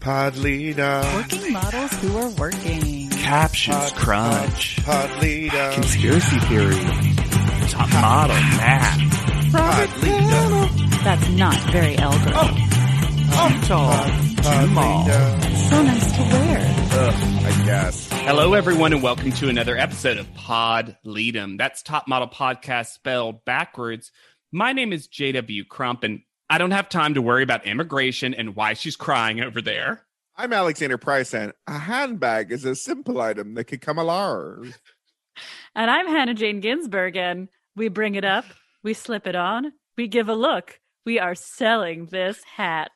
Podlita. Working models who are working. Captions Uh, crunch. Podlita. Conspiracy theory. Top model Matt. Podlita. That's not very elegant. Podlita. So nice to wear. I guess. Hello, everyone, and welcome to another episode of Pod Leadem. That's Top Model Podcast spelled backwards. My name is JW Crump, and I don't have time to worry about immigration and why she's crying over there. I'm Alexander Price, and a handbag is a simple item that could come along. And I'm Hannah Jane Ginsburg, and we bring it up, we slip it on, we give a look. We are selling this hat.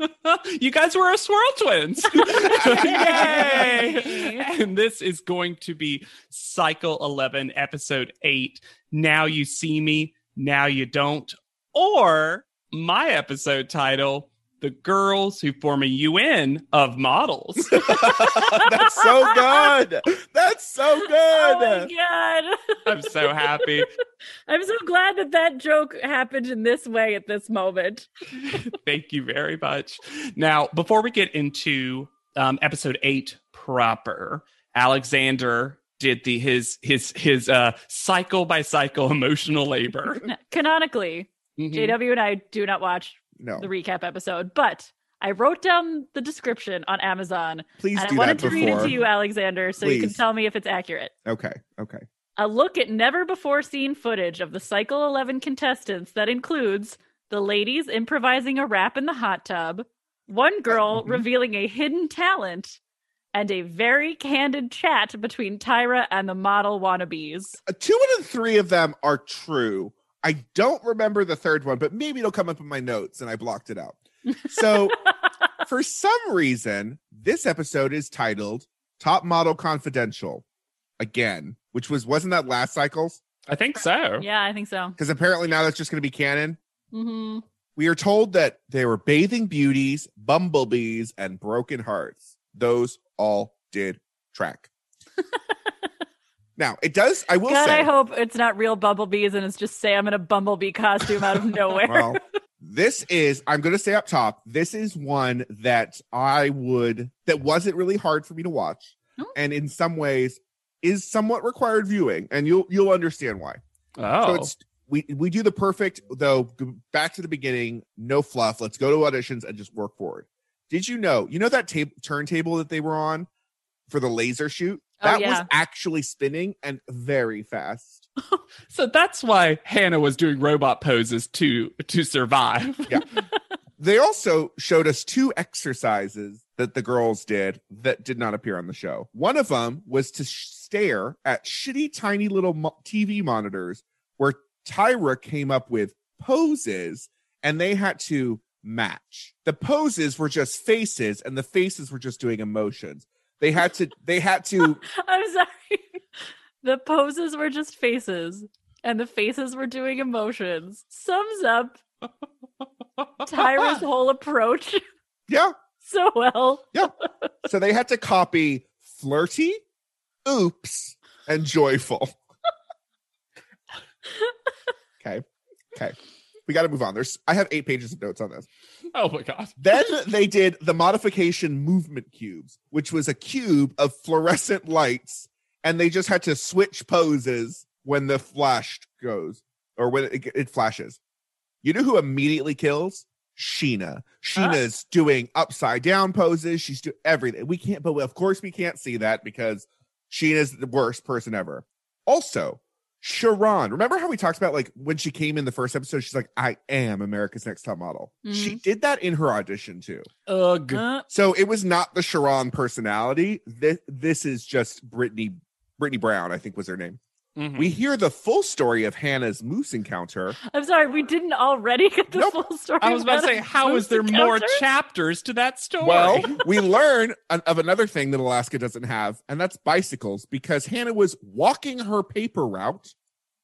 you guys were a swirl twins. Yay! And this is going to be cycle 11, episode 8. Now you see me, now you don't. Or my episode title, The Girls Who Form a UN of Models. That's so good. That's so good. Oh my god! I'm so happy. I'm so glad that that joke happened in this way at this moment. Thank you very much. Now, before we get into um, episode eight proper, Alexander did the his his his uh, cycle by cycle emotional labor. Mm. Canonically, Mhm. JW and I do not watch no, the recap episode, but I wrote down the description on Amazon please and I do wanted that to before. read it to you, Alexander, so you can Please. tell me if it's accurate. Okay, okay. A look at never before seen footage of the Cycle 11 contestants that includes the ladies improvising a rap in the hot tub, one girl Mhm. revealing a hidden talent, and a very candid chat between Tyra and the model wannabes. Uh, Two out of the three of them are true. I don't remember the third one, but maybe it'll come up in my notes, and I blocked it out. So, for some reason, this episode is titled "Top Model Confidential" again, which was wasn't that last cycle's? I think so. Yeah, I think so. Because apparently now that's just going to be canon. hmm We are told that they were bathing beauties, bumblebees, and broken hearts. Those all did track. now it does. I will God, say. I hope it's not real bumblebees and it's just Sam in a bumblebee costume out of nowhere. well, this is. I'm going to say up top. This is one that I would. That wasn't really hard for me to watch, Hmm. and in some ways is somewhat required viewing, and you'll you'll understand why. So Oh, it's we we do the perfect though. g- Back to the beginning, no fluff. Let's go to auditions and just work forward. Did you know? You know that table turntable that they were on for the laser shoot. Oh, That was yeah. actually spinning and very fast. so that's why Hannah was doing robot poses to to survive. They also showed us two exercises that the girls did that did not appear on the show. One of them was to sh- stare at shitty, tiny little mo- TV monitors where Tyra came up with poses and they had to match. The poses were just faces and the faces were just doing emotions. They had to, they had to, I'm sorry. The poses were just faces, and the faces were doing emotions. Sums up Tyra's whole approach yeah. so well. So they had to copy flirty, oops, and joyful. okay. Okay. We got to move on. There's I have 8 pages of notes on this. oh my god. Then they did the modification movement cubes, which was a cube of fluorescent lights and they just had to switch poses when the flash goes or when it, it flashes. You know who immediately kills? Sheena. Sheena's doing upside down poses. She's doing everything. We can't, but of course we can't see that because Sheena's the worst person ever. Also, Sharon, remember how we talked about like when she came in the first episode, she's like, I am America's Next Top Model. She did that in her audition too. Ugh. Uh, So it was not the Sharon personality. This this is just Brittany Brittany Brown, I think was her name. Mhm. We hear the full story of Hannah's moose encounter. I'm sorry, we didn't already get the Nope. full story. I was about to say, it. how is Moose there more encounter? chapters to that story? Well, we learn an- of another thing that Alaska doesn't have, and that's bicycles, because Hannah was walking her paper route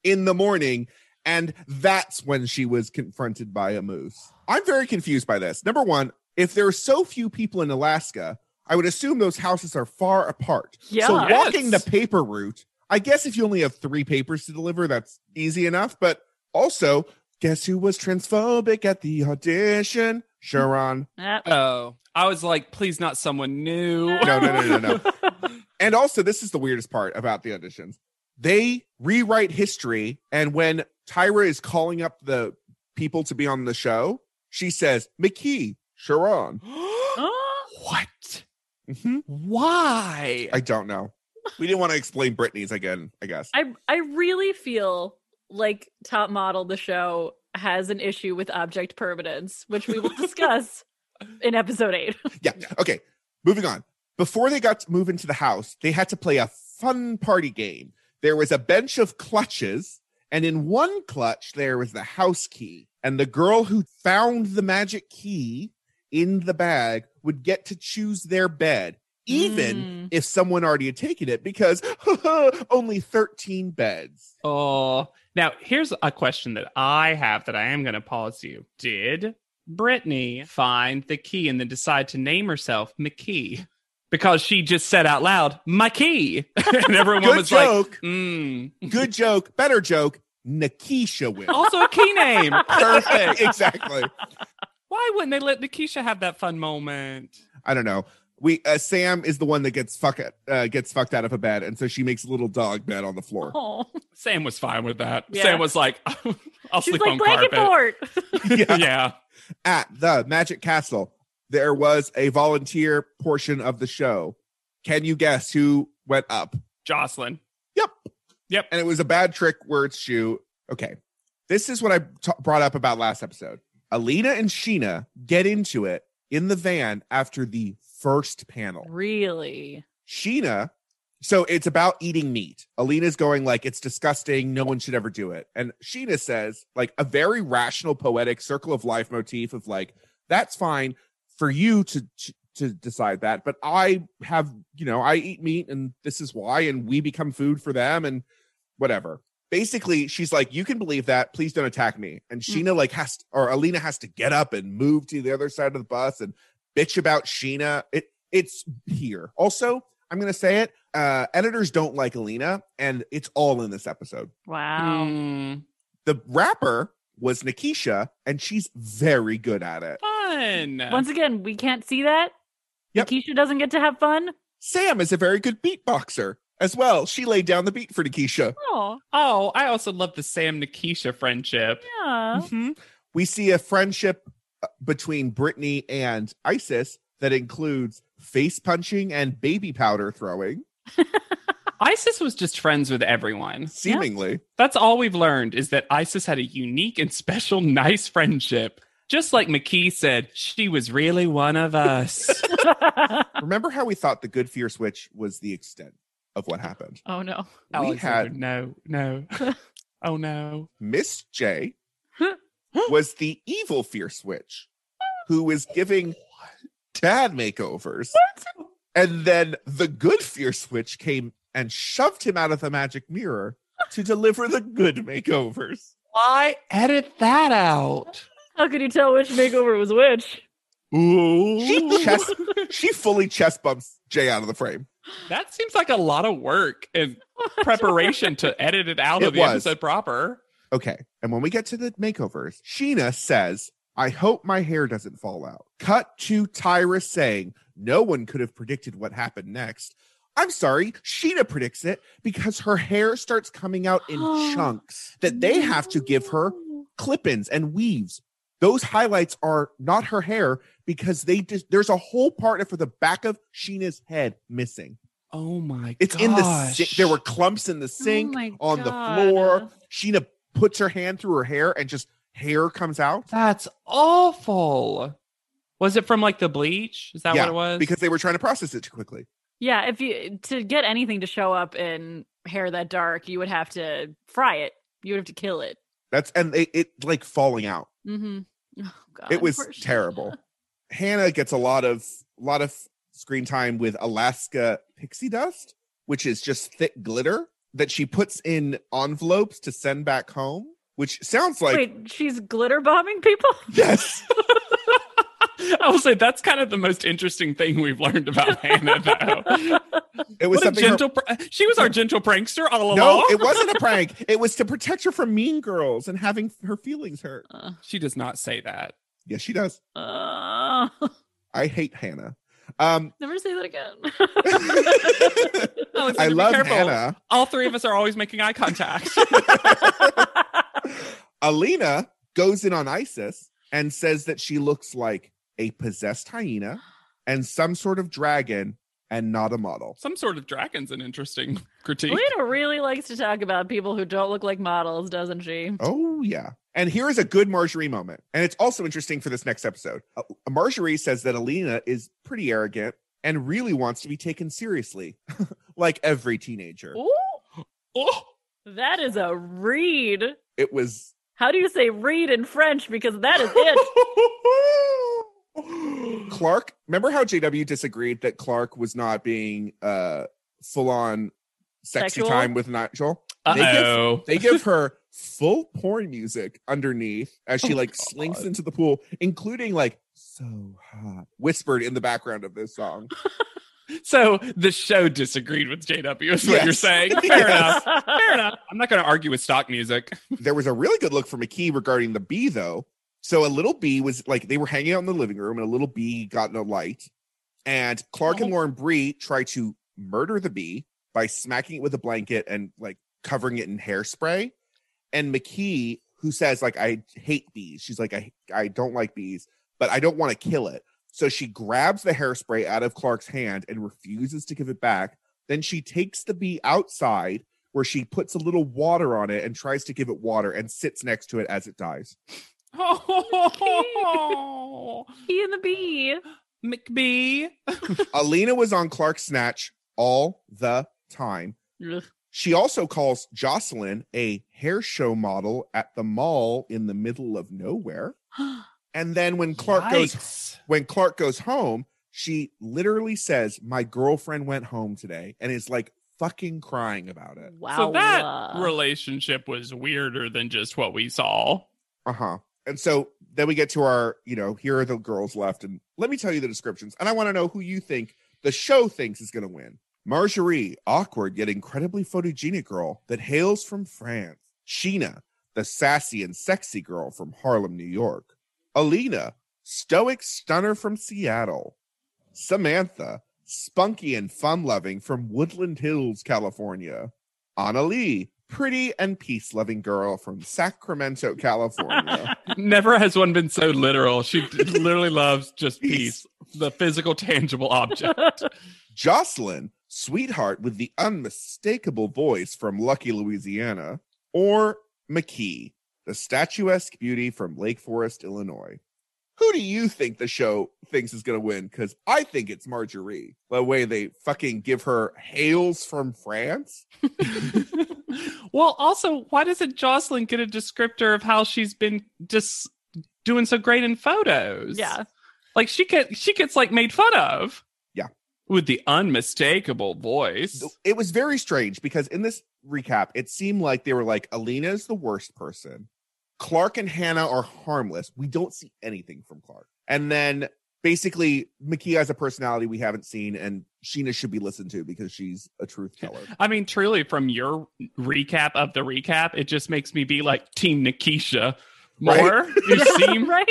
in the morning, and that's when she was confronted by a moose. I'm very confused by this. Number one, if there are so few people in Alaska, I would assume those houses are far apart. Yeah. So Yes. walking the paper route, I guess if you only have three papers to deliver, that's easy enough. But also, Guess who was transphobic at the audition? Sharon. Yep. Oh, I was like, please, not someone new. No, no, no, no, no. And also, this is the weirdest part about the auditions. They rewrite history, and when Tyra is calling up the people to be on the show, she says, McKee, Sharon. Ah, what? Mhm. Why? I don't know. We didn't want to explain Britney's again, I guess. I I really feel like Top Model the show has an issue with object permanence, which we will discuss in episode 8. Yeah. Okay. Moving on. Before they got to move into the house, they had to play a fun party game. There was a bench of clutches, and in one clutch, there was the house key. And the girl who found the magic key in the bag would get to choose their bed, even Mm. if someone already had taken it, because only 13 beds. Oh, now here's a question that I have that I am going to pause you. Did Brittany find the key and then decide to name herself McKee because she just said out loud, McKee? and everyone Good was joke. like, mm. Good joke. Better joke. Nikisha wins. also a key name. Oh, Perfect. exactly. Why wouldn't they let Nikisha have that fun moment? I don't know. We uh, Sam is the one that gets fuck uh, gets fucked out of a bed, and so she makes a little dog bed on the floor. Oh. Sam was fine with that. Yeah. Sam was like, I'll She's sleep like on blanket carpet. board. Yeah. yeah. At the Magic Castle, there was a volunteer portion of the show. Can you guess who went up? Jocelyn. And it was a bad trick word shoe. Okay, this is what I t- brought up about last episode. Alina and Sheena get into it in the van after the first panel. Really? Sheena, so it's about eating meat. Alina's going like it's disgusting, no one should ever do it. And Sheena says like a very rational poetic circle of life motif of like that's fine for you to to decide that, but I have, you know, I eat meat and this is why and we become food for them and whatever. Basically, she's like you can believe that, please don't attack me. And Sheena like has or Alina has to get up and move to the other side of the bus and bitch about Sheena. It it's here. Also, I'm gonna say it. Uh, editors don't like Alina, and it's all in this episode. Wow. Mm, The rapper was Nikisha, and she's very good at it. fun. Once again, we can't see that. Yep. Keisha doesn't get to have fun. Sam is a very good beatboxer as well. She laid down the beat for Nikisha. Oh, oh, I also love the Sam Nikisha friendship. yeah. Mhm. We see a friendship uh, between Brittany and Isis that includes face punching and baby powder throwing, Isis was just friends with everyone. seemingly. That's all we've learned is that Isis had a unique and special, nice friendship. Just like McKee said, she was really one of us. Remember how we thought the good fear switch was the extent of what happened? oh no. Alexander, had- no, no. oh no. Miss J was the evil fear switch who was giving dad makeovers. And then the good fear switch came and shoved him out of the magic mirror to deliver the good makeovers. Why edit that out? How could you tell which makeover was which? Ooh. She chest, she fully chest bumps Jay out of the frame. That seems like a lot of work and preparation to edit it out It of the was. episode proper. Okay. And when we get to the makeovers, Sheena says, I hope my hair doesn't fall out. Cut to Tyra saying, No one could have predicted what happened next. I'm sorry, Sheena predicts it because her hair starts coming out in chunks that they have to give her No. clip ins and weaves. Those highlights are not her hair because they just, there's a whole part of her, the back of Sheena's head missing. Oh my It's in the, si- there were clumps in the sink Oh my on the God. floor. Sheena puts her hand through her hair and just hair comes out That's awful. Was it from like the bleach? Is that Yeah, what it was? because they were trying to process it too quickly. Yeah, if you to get anything to show up in hair that dark, you would have to fry it. You would have to kill it. That's and they, it like falling out. Mm-hmm. Oh, God. it was poor Sheena. terrible. Hannah gets a lot of lot of screen time with Alaska pixie dust, which is just thick glitter that she puts in envelopes to send back home, which sounds like Wait, she's glitter bombing people? yes. I I will say that's kind of the most interesting thing we've learned about Hannah, though. It was What a something. her- gentle pr- she was our gentle prankster all along. no, it wasn't a prank. It was to protect her from mean girls and having her feelings hurt. Uh, she does not say that. Yes, she does. uh, I hate Hannah. Um, never say that again. Alex, I be love careful. Hannah. All three of us are always making eye contact. Alina goes in on Isis and says that she looks like a possessed hyena and some sort of dragon and not a model. Some sort of dragon's an interesting critique. Lena really likes to talk about people who don't look like models, doesn't she? Oh, yeah. And here is a good Marjorie moment. And it's also interesting for this next episode. Uh, Marjorie says that Alina is pretty arrogant and really wants to be taken seriously, like every teenager. Ooh, Oh, that is a read. It was. How do you say read in French? Because that is it. Clark, remember how JW disagreed that Clark was not being uh full on sexy Sexual? time with Nigel? They give- Uh-oh. They give her full porn music underneath as she Oh, like God. slinks into the pool, including like so hot whispered in the background of this song. So the show disagreed with JW, is what Yes. you're saying. Fair enough. Fair enough. I'm not going to argue with stock music. there was a really good look for McKee regarding the bee though. So a little bee was like they were hanging out in the living room and a little bee got in a light. And Clark and Oh. Lauren Bree try to murder the bee by smacking it with a blanket and like covering it in hairspray. And McKee, who says, like, I hate bees, she's like, I I don't like bees, but I don't want to kill it. So she grabs the hairspray out of Clark's hand and refuses to give it back. Then she takes the bee outside where she puts a little water on it and tries to give it water and sits next to it as it dies. Oh, He and the bee. McBee. Alina was on Clark's snatch all the time. Ugh. She also calls Jocelyn a hair show model at the mall in the middle of nowhere. And then when Clark goes Yikes. when Clark goes home, she literally says, "My girlfriend went home today," and is like fucking crying about it. Wow. So that relationship was weirder than just what we saw. Uh huh. And so then we get to our, you know, here are the girls left. And let me tell you the descriptions. And I want to know who you think the show thinks is going to win. Marjorie, awkward yet incredibly photogenic girl that hails from France. Sheena, the sassy and sexy girl from Harlem, New York. Alina, stoic stunner from Seattle. Samantha, spunky and fun loving from Woodland Hills, California. Anna Lee, pretty and peace loving girl from Sacramento, California. Never has one been so literal. She d- literally loves just Peace. peace, the physical, tangible object. Jocelyn, sweetheart with the unmistakable voice from Lucky, Louisiana. Or McKee, the statuesque beauty from Lake Forest, Illinois. Who do you think the show thinks is going to win? Because I think it's Marjorie. The way they fucking give her hails from France. well, also, why doesn't Jocelyn get a descriptor of how she's been just doing so great in photos? yeah. like she gets she gets like made fun of. Yeah. with the unmistakable voice. it was very strange because in this recap, it seemed like they were like, Alina is the worst person. Clark and Hannah are harmless. We don't see anything from Clark. And then basically, Mickey has a personality we haven't seen, and Sheena should be listened to because she's a truth teller. I mean, truly, from your recap of the recap, it just makes me be like Team Nikisha Right? more. You seem Right?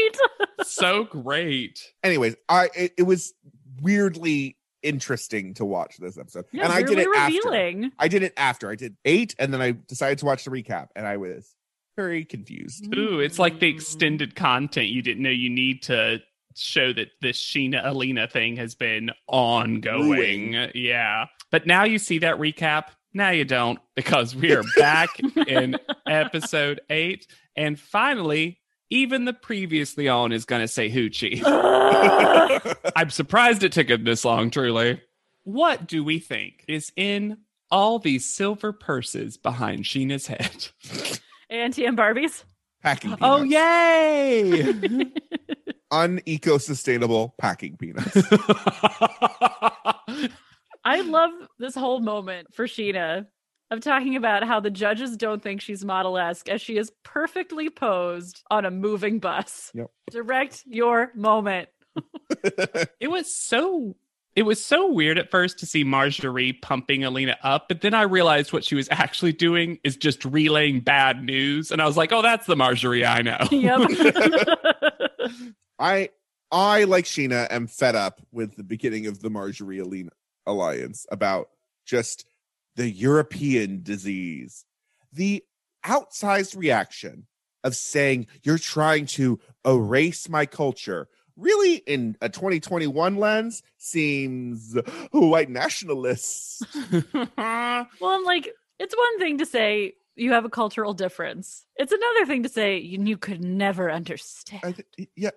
so great. Anyways, I it, it was weirdly interesting to watch this episode. Yeah, and I did weirdly it after. revealing. I did it after. I did eight, and then I decided to watch the recap, and I was very confused. Mm-hmm. Ooh, it's like the extended content you didn't know you need to show that this Sheena Alina thing has been ongoing. Yeah. But now you see that recap. Now you don't, because we are back in episode eight. And finally, even the previously on is going to say hoochie. Ugh. I'm surprised it took him this long, truly. What do we think is in all these silver purses behind Sheena's head? Auntie and Barbies. Packing peanuts. Oh, yay! uneco-sustainable packing peanuts. I love this whole moment for Sheena of talking about how the judges don't think she's model esque as she is perfectly posed on a moving bus. Yep. Direct your moment. it was so it was so weird at first to see Marjorie pumping Alina up, but then I realized what she was actually doing is just relaying bad news, and I was like, "Oh, that's the Marjorie I know." Yep. I I like Sheena am fed up with the beginning of the Marjorie Alina alliance about just the European disease. The outsized reaction of saying you're trying to erase my culture really in a 2021 lens seems white nationalist. Well, I'm like, it's one thing to say you have a cultural difference. It's another thing to say you, you could never understand. I th- yeah.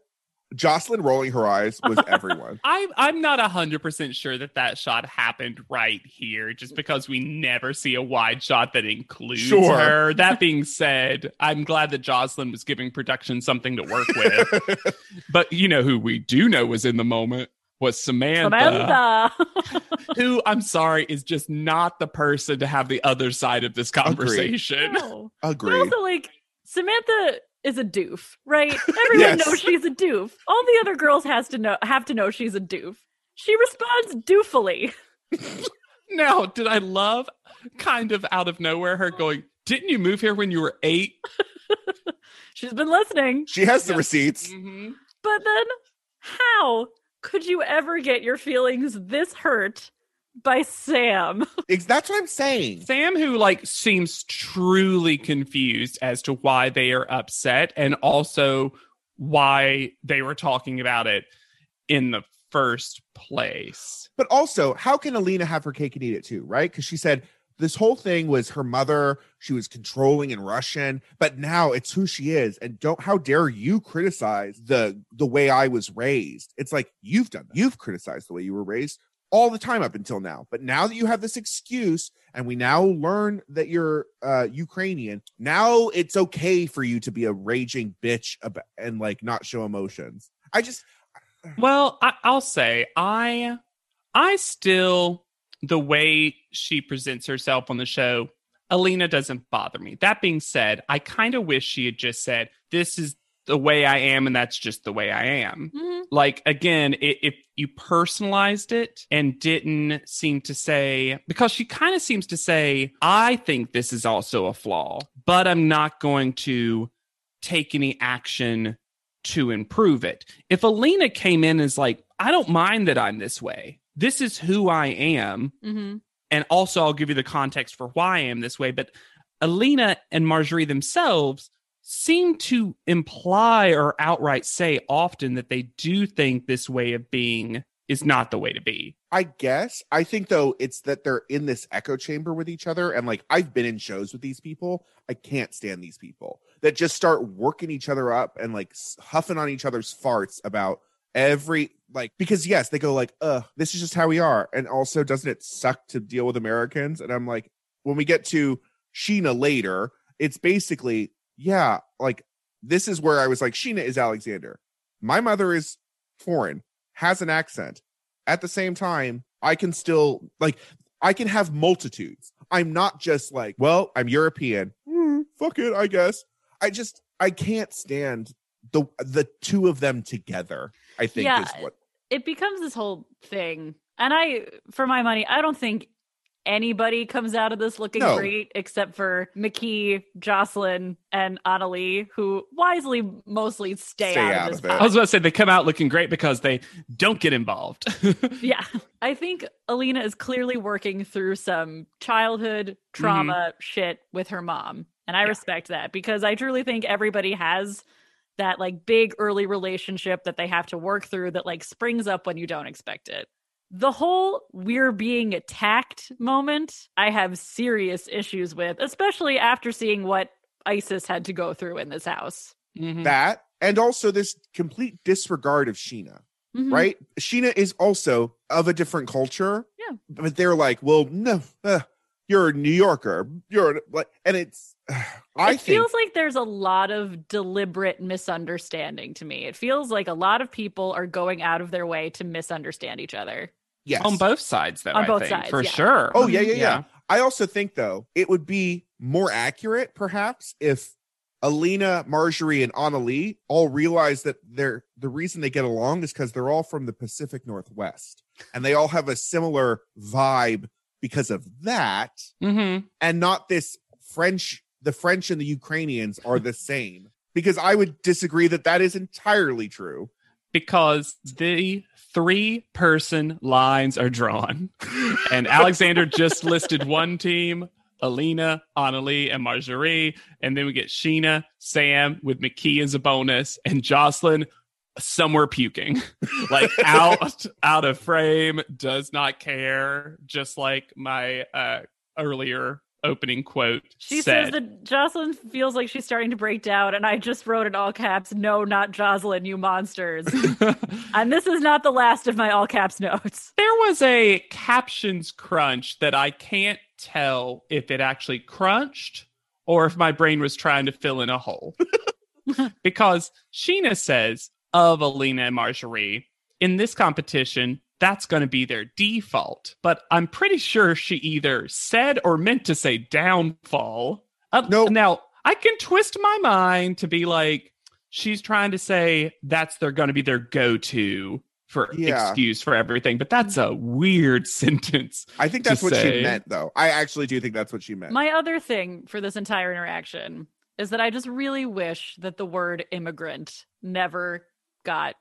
Jocelyn rolling her eyes was everyone. I'm I'm not hundred percent sure that that shot happened right here, just because we never see a wide shot that includes Sure. her. That being said, I'm glad that Jocelyn was giving production something to work with. but you know who we do know was in the moment was Samantha, Samantha. who I'm sorry is just not the person to have the other side of this conversation. No. But Agreed. also, like, Samantha is a doof, right? Everyone Yes. knows she's a doof. All the other girls has to know have to know she's a doof. She responds doofily. Now, did I love kind of out of nowhere her going, Didn't you move here when you were 8 She's been listening. She has the Yeah. receipts. Mm-hmm. But then, how could you ever get your feelings this hurt by Sam? Ex- That's what I'm saying. Sam, who like seems truly confused as to why they are upset and also why they were talking about it in the first place. But also, how can Alina have her cake and eat it too, right? Because she said this whole thing was her mother, she was controlling and Russian, but now it's who she is. And don't how dare you criticize the the way I was raised. It's like you've done that. You've criticized the way you were raised all the time up until now. But now that you have this excuse and we now learn that you're uh Ukrainian, now it's okay for you to be a raging bitch about, and like not show emotions. I just Well, I, I'll say I I still the way she presents herself on the show, Alina doesn't bother me. That being said, I kind of wish she had just said, This is the way I am, and that's just the way I am. like again i if you personalized it and didn't seem to say because she kind of seems to say i think this is also a flaw but i'm not going to take any action to improve it if alina came in as like i don't mind that i'm this way this is who i am Mm-hmm. and also I'll give you the context for why I am this way. But Alina and Marjorie themselves seem to imply or outright say often that they do think this way of being is not the way to be. I guess. I think though it's that they're in this echo chamber with each other and like I've been in shows with these people. I can't stand these people that just start working each other up and like s- huffing on each other's farts about every like because yes, they go like, "Uh, this is just how we are." And also doesn't it suck to deal with Americans? And I'm like, when we get to Sheena later, it's basically, yeah, like this is where I was like Sheena is Alexander. My mother is foreign, has an accent at the same time, I can still like I can have multitudes. I'm not just like, well, I'm European. Hmm, fuck it, I guess. I just I can't stand the the two of them together. I think Yeah. is what It becomes this whole thing. And I, for my money, I don't think anybody comes out of this looking No. great except for McKee, Jocelyn, and Annalie, who wisely mostly stay, Stay out, out of of this. it. pot. I was about to say they come out looking great because they don't get involved. Yeah. I think Alina is clearly working through some childhood trauma shit with her mom. And I Yeah. respect that because I truly think everybody has that like big early relationship that they have to work through that like springs up when you don't expect it. The whole we're being attacked moment, I have serious issues with, especially after seeing what ISIS had to go through in this house. Mhm. that and also this complete disregard of Sheena. Mhm. right? Sheena is also of a different culture. Yeah. But they're like, well, no, uh, you're a New Yorker. You're like, and it's, I it think feels like there's a lot of deliberate misunderstanding to me. It feels like a lot of people are going out of their way to misunderstand each other. yes. On both sides, though, On I both think, sides, for yeah. sure. Mm-hmm. Oh yeah, yeah, yeah, Yeah. I also think though it would be more accurate, perhaps, if Alina, Marjorie, and Annalie all realize that they're the reason they get along is because they're all from the Pacific Northwest and they all have a similar vibe because of that, Mm-hmm. and not this French. The French and the Ukrainians are the same because I would disagree that that is entirely true. Because the three person lines are drawn. And Alexander just listed one team Alina, Annalie, and Marjorie. And then we get Sheena, Sam with McKee as a bonus, and Jocelyn somewhere puking. like out out of frame, does not care, just like my uh earlier opening quote She said. says that Jocelyn feels like she's starting to break down, and I just wrote in all caps, no, not Jocelyn, you monsters. and this is not the last of my all caps notes. there was a captions crunch that I can't tell if it actually crunched or if my brain was trying to fill in a hole. because Sheena says of Alina and Marjorie in this competition, that's going to be their default. But I'm pretty sure she either said or meant to say downfall. Uh, Nope. Now, I can twist my mind to be like, she's trying to say that's they're going to be their go to for Yeah. excuse for everything. But that's a weird sentence. I think To that's what say- she meant, though. I actually do think that's what she meant. My other thing for this entire interaction is that I just really wish that the word immigrant never got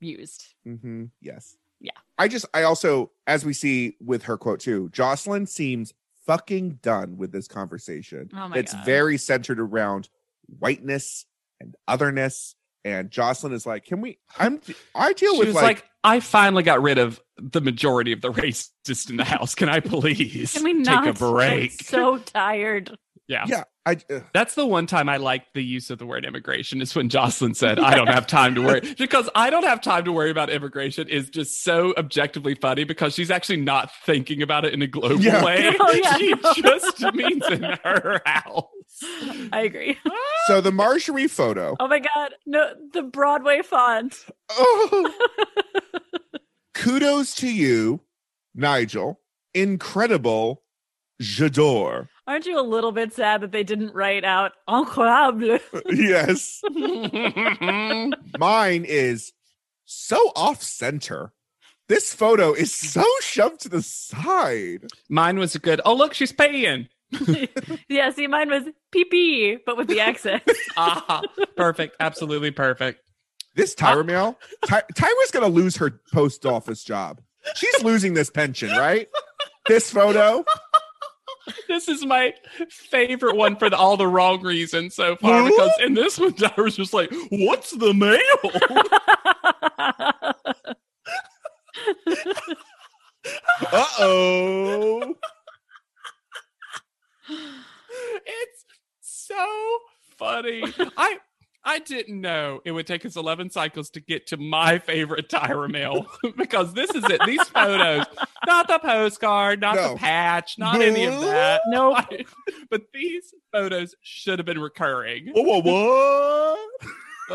used. hmm Yes. Yeah. I just, I also, as we see with her quote too, Jocelyn seems fucking done with this conversation. Oh my it's God. very centered around whiteness and otherness. And Jocelyn is like, can we, I'm, I deal she with was like, like, I finally got rid of the majority of the racists in the house. Can I please Can we take not? a break? I'm so tired. yeah. yeah, I, uh, That's the one time I liked the use of the word immigration is when Jocelyn said, I don't have time to worry. Because I don't have time to worry about immigration is just so objectively funny because she's actually not thinking about it in a global Yeah. way. Oh, yeah, she no. just means in her house. I agree. so the Marjorie photo. Oh my god. No, the Broadway font. Oh. Kudos to you, Nigel. Incredible. J'adore. Aren't you a little bit sad that they didn't write out incroyable? yes. Mine is so off center. This photo is so shoved to the side. Mine was a good, oh, look, she's paying. yeah, see, mine was PP, but with the accent. Ah, perfect. Absolutely perfect. This Tyra Mail, Ty- Tyra's gonna lose her post office job. She's losing this pension, right? This photo, This is my favorite one for the, all the wrong reasons so far because in this one, I was just like, what's the mail? uh oh. it's so funny. I I didn't know it would take us 11 cycles to get to my favorite Tyra Mill because this is it. These photos, not the postcard, not No. the patch, not any of that. nope. I- but these photos should have been recurring. Whoa, whoa, whoa.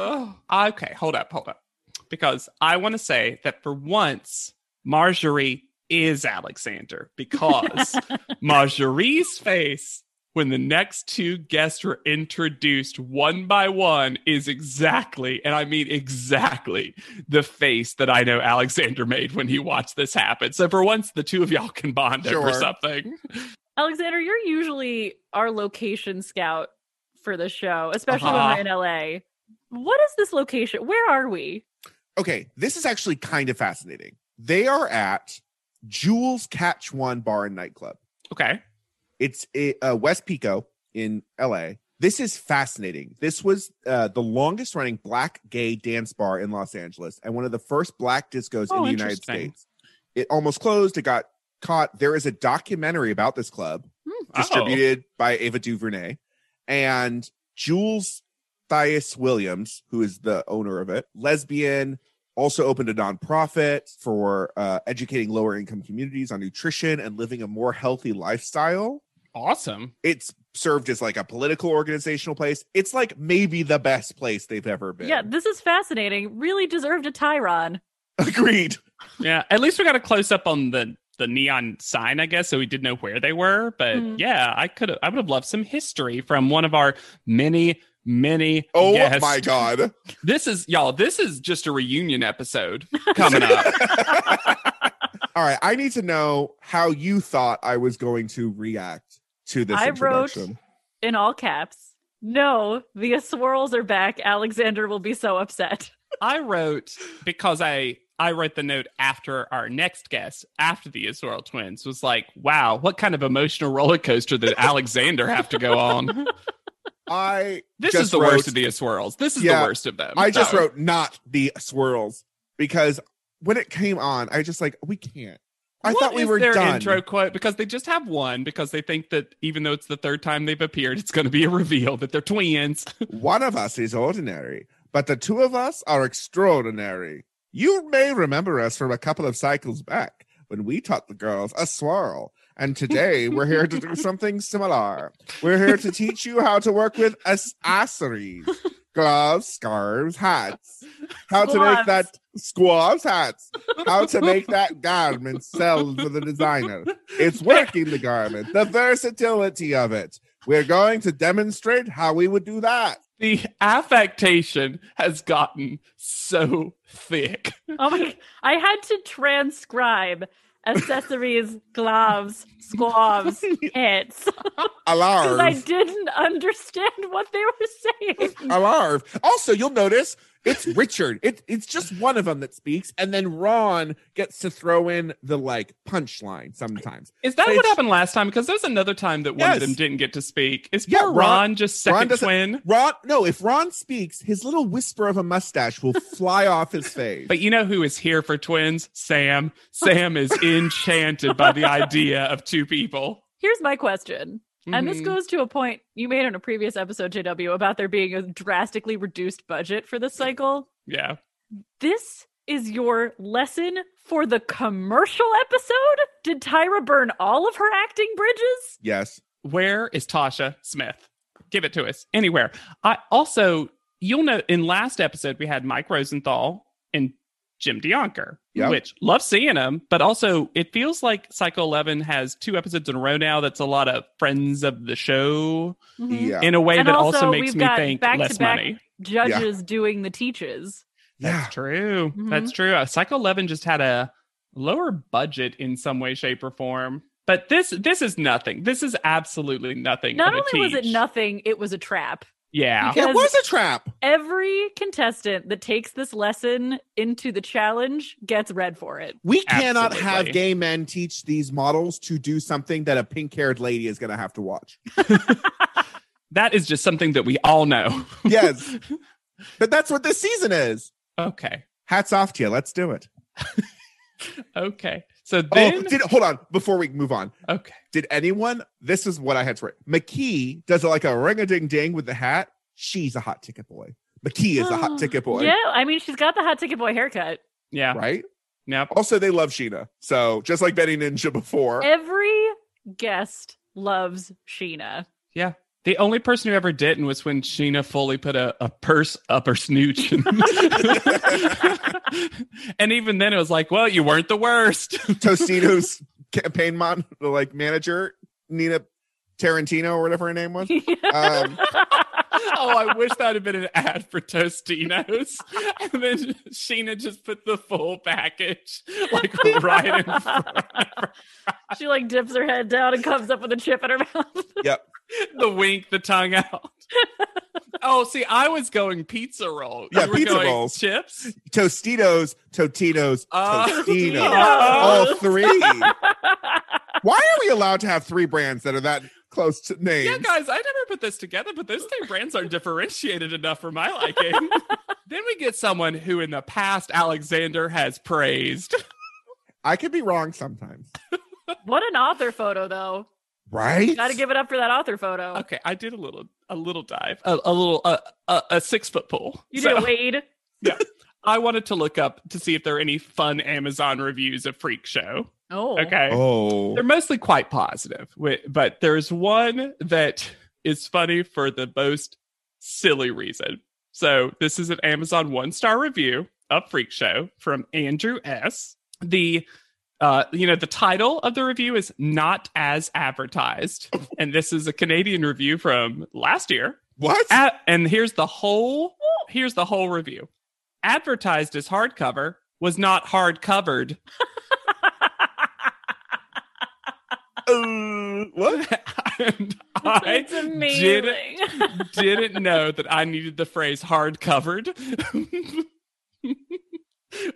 Ugh. Okay, hold up, hold up. Because I want to say that for once, Marjorie is Alexander because Marjorie's face when the next two guests were introduced one by one is exactly, and I mean exactly, the face that I know Alexander made when he watched this happen. So for once, the two of y'all can bond over Sure. something. Alexander, you're usually our location scout for the show, especially when we're in LA. What is this location? Where are we? Okay, this is actually kind of fascinating. They are at Jules Catch One Bar and Nightclub. Okay. It's uh, West Pico in LA. This is fascinating. This was uh, the longest running black gay dance bar in Los Angeles and one of the first black discos Oh, in the United interesting. States. It almost closed, it got caught. There is a documentary about this club Oh. Oh, distributed by Ava DuVernay and Jules Thias Williams, who is the owner of it, lesbian, also opened a nonprofit for uh, educating lower income communities on nutrition and living a more healthy lifestyle Oh, awesome. it's served as like a political organizational place. It's like maybe the best place they've ever been. Yeah, this is fascinating. Really deserved a Tyron. agreed. Yeah, at least we got a close up on the the neon sign, I guess, so we did know where they were. But Mhm. yeah, I could I would have loved some history from one of our many many Oh guests. my god. This is y'all, this is just a reunion episode coming up. All right, I need to know how you thought I was going to react to this I wrote- introduction. in all caps. No, the swirls are back. Alexander will be so upset. I wrote because I I wrote the note after our next guest, after the Israel twins, was like, wow, what kind of emotional roller coaster did Alexander have to go on? I This Just is the wrote- worst of the Swirls. This is Yeah, the worst of them. I just Oh. wrote not the swirls because when it came on, I just like we can't. I What thought we is were their done. intro quote because they just have one because they think that even though it's the third time they've appeared, it's going to be a reveal that they're twins. One of us is ordinary, but the two of us are extraordinary. You may remember us from a couple of cycles back when we taught the girls a swirl. And today we're here to do something similar. We're here to teach you how to work with ac- accessories, gloves, scarves, hats. How to make Gloves. that squabs, hats. How to make that garment sell for the designer. It's working the garment, the versatility of it. We're going to demonstrate how we would do that. The affectation has gotten so thick. Oh my! I had to transcribe accessories, gloves, squabs, hits because I Alarv. didn't understand what they were saying. Alarv. Also, you'll notice it's Richard. It, it's just one of them that speaks, and then Ron gets to throw in the like punchline sometimes. Is that So what it's- happened last time? Because there was another time that one Yes. of them didn't get to speak. Is Yeah, poor Ron- Ron, just Ron second doesn't- twin? Ron, no, if Ron speaks, his little whisper of a mustache will fly off his face. But you know who is here for twins? Sam. Sam is enchanted by the idea of two people. Here's my question. And this Mhm. goes to a point you made on a previous episode, JW, about there being a drastically reduced budget for this cycle. yeah. This is your lesson for the commercial episode? Did Tyra burn all of her acting bridges? yes. Where is Tasha Smith? Give it to us anywhere. I also, you'll know in last episode we had Mike Rosenthal and Jim Dionker, Yeah. which love seeing them, but also it feels like Psycho Eleven has two episodes in a row now. That's a lot of friends of the show Yeah. in a way And that also, also, makes we've me got think less back-to-back- money. Judges doing the teaches. yeah. That's true. Mm-hmm. That's true. Uh, Psycho Eleven just had a lower budget in some way, shape, or form. But this this is nothing. This is absolutely nothing. Not of a only was it teach. nothing, it was a trap. Yeah. Because- It was a trap. Every contestant that takes this lesson into the challenge gets red for it. We cannot have Absolutely. gay men teach these models to do something that a pink haired lady is going to have to watch. That is just something that we all know. Yes. but that's what this season is. Okay. Hats off to you. Let's do it. Okay. So then oh, did, hold on. Before we move on, okay. did anyone? This is what I had to write. McKee does like a ring a ding ding with the hat. She's a hot ticket boy. McKee is a hot ticket boy. Ah, Yeah, I mean, she's got the hot ticket boy haircut. Yeah. Right? Yep. Also, they love Sheena. So just like Betty Ninja before. Every guest loves Sheena. The only person who ever didn't was when Sheena fully put a, a purse up her snooch. and even then it was like, well, you weren't the worst. Tostino's campaign mon like manager, Nina Tarantino or whatever her name was. Um, oh, I wish that had been an ad for Tostinos. And then Sheena just put the full package like right in front. she like dips her head down and comes up with a chip in her mouth. The wink, the tongue out. Oh, see, I was going pizza roll. Yeah, You were pizza going rolls. Chips. Tostitos, Totinos, Uh, Tostino. Totino. All three. Why are we allowed to have three brands that are that close to names? Yeah, guys, I never put this together, but those three brands aren't differentiated enough for my liking. then we get someone who in the past Alexander has praised. I could be wrong sometimes. what an author photo, though. Right? Got to give it up for that author photo. Okay, I did a little a little dive. A, a little a, a, a six foot pull. You So- did, Wade. I wanted to look up to see if there are any fun Amazon reviews of Freak Show. Oh, Okay. Oh. They're mostly quite positive, wi- but there's one that is funny for the most silly reason. So, this is an Amazon one star review of Freak Show from Andrew S. The uh, you know, the title of the review is Not As Advertised. And this is a Canadian review from last year. What? At, and here's the whole here's the whole review. Advertised as hardcover was not hard covered. Uh, what? and I That's amazing. didn't know that I needed the phrase hard covered.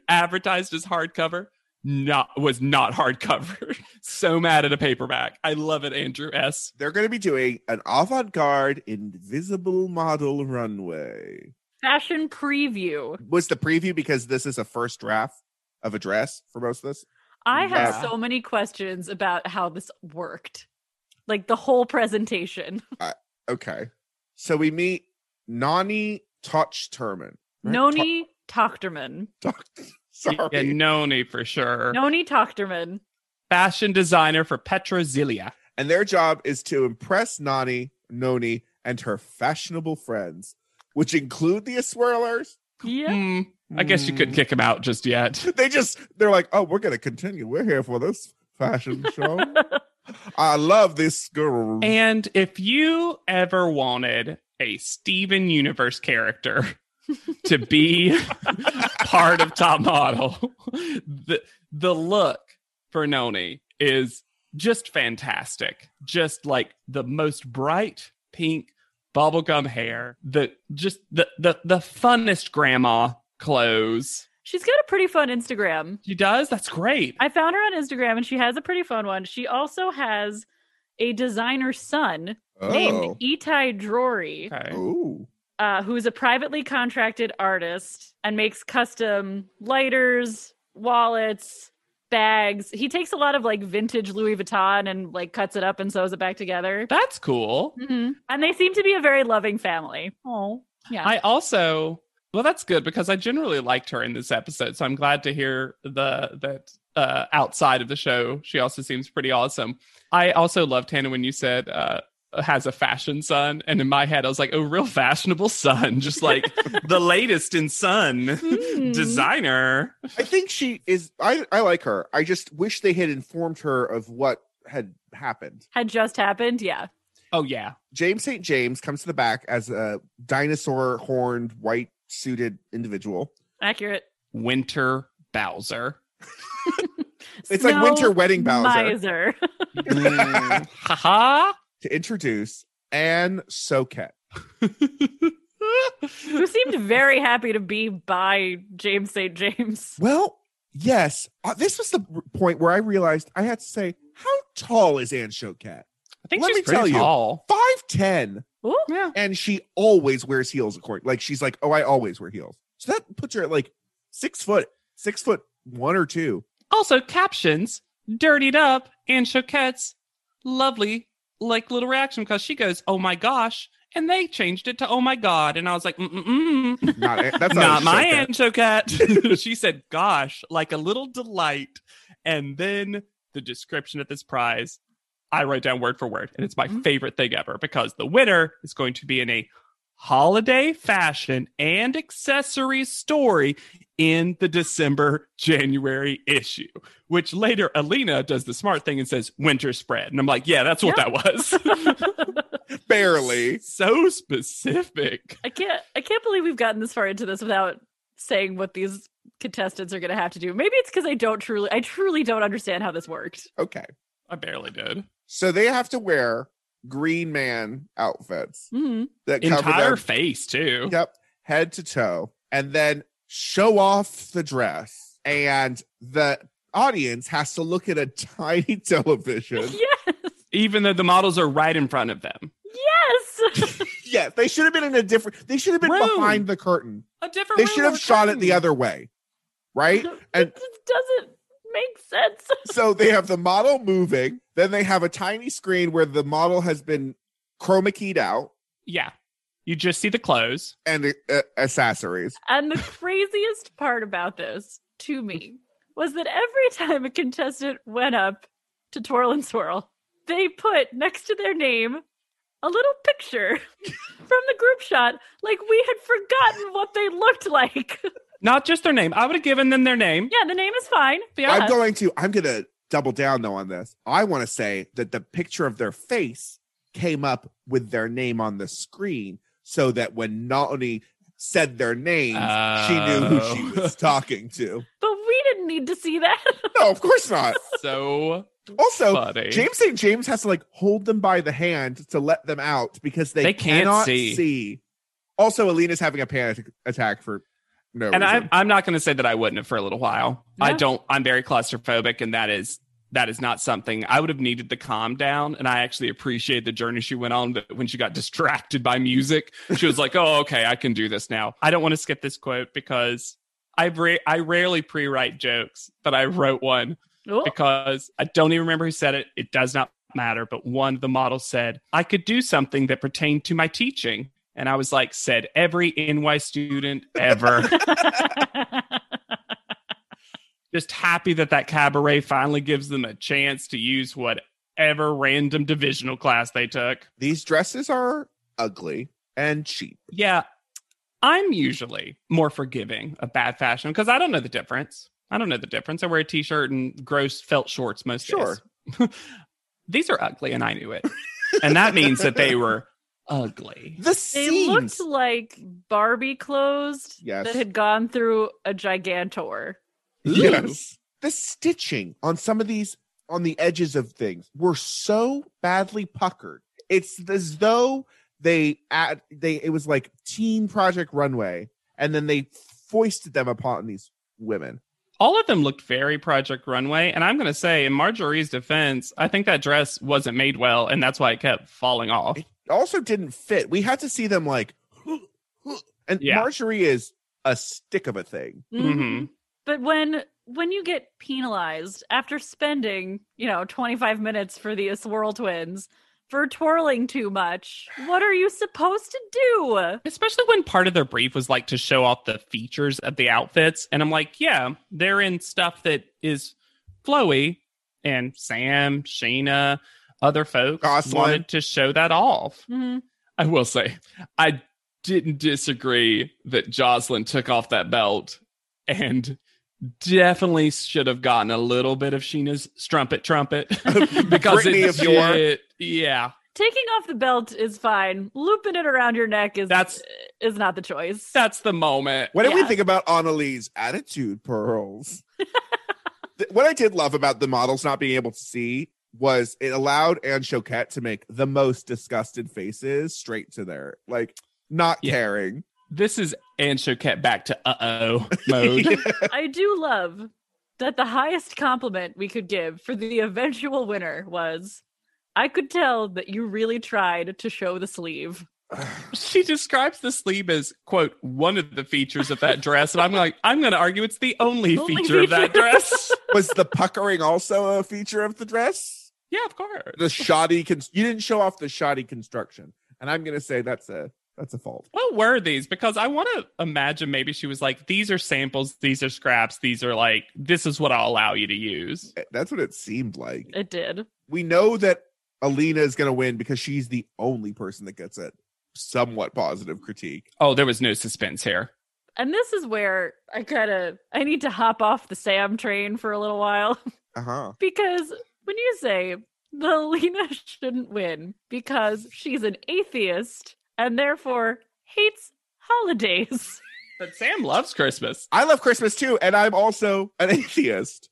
Advertised as hardcover, not was not hardcover. so mad at a paperback. I love it, Andrew S. They're going to be doing an avant-garde invisible model runway. Fashion preview. Was the preview because this is a first draft of a dress for most of this? I have Yeah. so many questions about how this worked. Like the whole presentation. Okay. So we meet Nani Touchterman. Right? Noni Tochterman. Sorry. And Noni for sure. Noni Tochterman. Fashion designer for Petrozilia. And their job is to impress Nani, Noni, and her fashionable friends, which include the Swirlers. Yeah. Hmm, I guess you couldn't kick him out just yet. They just they're like, oh, we're gonna continue. We're here for this fashion show. I love this girl. And if you ever wanted a Steven Universe character to be part of Top Model, the the look for Noni is just fantastic. Just like the most bright pink bubblegum hair, the just the the the funnest grandma clothes. She's got a pretty fun Instagram. She does? That's great. I found her on Instagram and she has a pretty fun one. She also has a designer son named oh. Itai Drory, Okay. Ooh. uh, who is a privately contracted artist and makes custom lighters, wallets, bags. He takes a lot of like vintage Louis Vuitton and like cuts it up and sews it back together. That's cool. Mhm. And they seem to be a very loving family. Oh, yeah. I also well, that's good because I generally liked her in this episode, so I'm glad to hear the that uh, outside of the show, she also seems pretty awesome. I also loved Hannah when you said uh, has a fashion son, and in my head I was like, oh, real fashionable son, just like the latest in son Hmm. Mm. designer. I think she is I, I like her. I just wish they had informed her of what had happened. had just happened. Yeah. Oh yeah, James St. James comes to the back as a dinosaur horned, white suited individual. Accurate. Winter Bowser. It's like winter wedding Bowser. Miser. Hmm. Mm. Ha to introduce Anne Soket. ha. who seemed very happy to be by James St. James. Well, yes, uh, this was the r- point where I realized I had to say, how tall is Anne Soket? I think Let she's me tell pretty you. tall. Five ten, Ooh, Yeah. and she always wears heels. According, like she's like, oh, I always wear heels. So that puts her at like six foot, six foot one or two. Also, captions dirtied up and Choquette's lovely, like little reaction because she goes, "Oh my gosh," and they changed it to "Oh my god," and I was like, "Mm-mm-mm, Not Anne- that's not my Anne. Aunt Choquette." she said, "Gosh," like a little delight, and then the description of this prize. I wrote down word for word, and it's my Mhm. favorite thing ever because the winner is going to be in a holiday fashion and accessory story in the December January issue which later Alina does the smart thing and says winter spread. And I'm like, yeah, that's what Yeah. that was. Barely. so specific. I can't I can't believe we've gotten this far into this without saying what these contestants are gonna have to do. Maybe it's because I don't truly I truly don't understand how this worked. Okay, I barely did. so they have to wear green man outfits Mhm. that cover Entire their face too. Yep. Head to toe. And then show off the dress. And the audience has to look at a tiny television. Yes. Even though the models are right in front of them. Yes. yeah, they should have been in a different they should have been Room. behind the curtain. A different They room should or have shot it the curtain. other way. Right? And- it just doesn't make sense. so they have the model moving, then they have a tiny screen where the model has been chroma keyed out Yeah. You just see the clothes. and uh, accessories. And the craziest part about this to me was that every time a contestant went up to twirl and swirl, they put next to their name a little picture from the group shot, like we had forgotten what they looked like. Not just their name. I would have given them their name. yeah, the name is fine. I'm Yeah. going to I'm going to double down though on this. I want to say that the picture of their face came up with their name on the screen, so that when Naomi said their names, she knew who she was talking to. But we didn't need to see that. No, of course not. so Also, funny. James St. James has to like hold them by the hand to let them out because they, They can't cannot see. see. Also, Alina's having a panic attack for no and reason. I, I'm not going to say that I wouldn't have for a little while. I No. don't. I'm very claustrophobic, and that is that is not something I would have needed to calm down. And I actually appreciate the journey she went on. But when she got distracted by music, she was like, "Oh, okay, I can do this now." I don't want to skip this quote because I ra- I rarely pre-write jokes, but I wrote one Oh, because I don't even remember who said it. It does not matter. But one of the models said, I could do something that pertained to my teaching. And I was like, said every NY student ever. Just happy that that cabaret finally gives them a chance to use whatever random divisional class they took. These dresses are ugly and cheap. Yeah. I'm usually more forgiving of bad fashion because I don't know the difference. I don't know the difference. I wear a t shirt and gross felt shorts most Sure. days. These are ugly, and I knew it. and that means that they were ugly. The they scenes. looked like Barbie clothes Yes. that had gone through a gigantor. Yes. The stitching on some of these on the edges of things were so badly puckered. It's as though they at they it was like teen project runway and then they foisted them upon these women. All of them looked very Project Runway. And I'm going to say, in Marjorie's defense, I think that dress wasn't made well, and that's why it kept falling off. It also didn't fit. We had to see them like and Yeah. Marjorie is a stick of a thing. Mhm. Mm-hmm. But when when you get penalized after spending, you know, 25 minutes for the Swirl Twins for twirling too much, what are you supposed to do? Especially when part of their brief was like to show off the features of the outfits. And I'm like, yeah, they're in stuff that is flowy. And Sam, Sheena, other folks Gosling. wanted to show that off. Mhm. I will say, I didn't disagree that Jocelyn took off that belt and definitely should have gotten a little bit of Sheena's strumpet trumpet because Britney it of yore. did- yeah, Taking off the belt is fine. Looping it around your neck is That's- is not the choice. that's the moment. What did we Yeah. think about Annalise attitude pearls? Th- what I did love about the models not being able to see was it allowed Anne Choquette to make the most disgusted faces straight to their like not Yeah. caring. This is Anne Choquette back to uh oh mode. I do love that the highest compliment we could give for the eventual winner was I could tell that you really tried to show the sleeve. she describes the sleeve as quote one of the features of that dress, and I'm like, I'm going to argue it's the only, Only feature of that feature. dress. was the puckering also a feature of the dress? yeah, of course. The shoddy con- you didn't show off the shoddy construction, and I'm gonna say that's a that's a fault. what were these? Because I want to imagine maybe she was like, these are samples, these are scraps, these are like, this is what I'll allow you to use. Eh, That's what it seemed like. It did. we know that Alina is going to win because she's the only person that gets a somewhat positive critique. Oh, there was no suspense here. And this is where I kind of I need to hop off the Sam train for a little while Uh huh. because when you say the Lena shouldn't win because she's an atheist and therefore hates holidays. But Sam loves Christmas. I love Christmas too, and I'm also an atheist.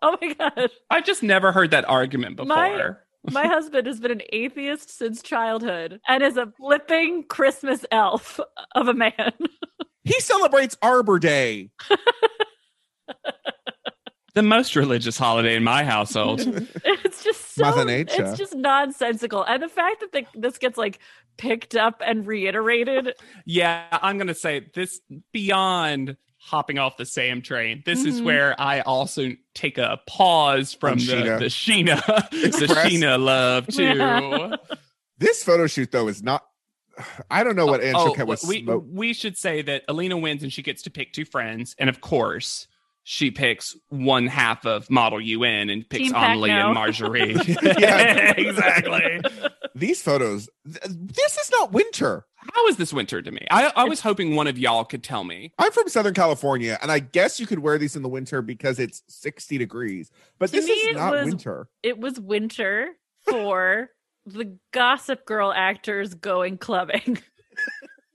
Oh my god. I've just never heard that argument before. My- My husband has been an atheist since childhood and is a flipping Christmas elf of a man. He celebrates Arbor Day. The most religious holiday in my household. It's just so Mother Nature. it's just nonsensical. And the fact that the, this gets like picked up and reiterated, yeah, I'm going to say this beyond hopping off the Sam train. This is Mhm. where I also take a pause from On the Sheena. the Sheena, the Express. Sheena love too. This photo shoot though is not. I don't know what Anne Oh, Choquette was. we, smoke- we should say that Alina wins and she gets to pick two friends. And of course, she picks one half of Model UN and picks Team Pac Amelie now. and Marjorie. Yeah. exactly. These photos. th- this is not winter. How is this winter to me? I, I was hoping one of y'all could tell me. I'm from Southern California, and I guess you could wear these in the winter because it's 60 degrees. But To this me, is it not was- winter. it was winter for the Gossip Girl actors going clubbing.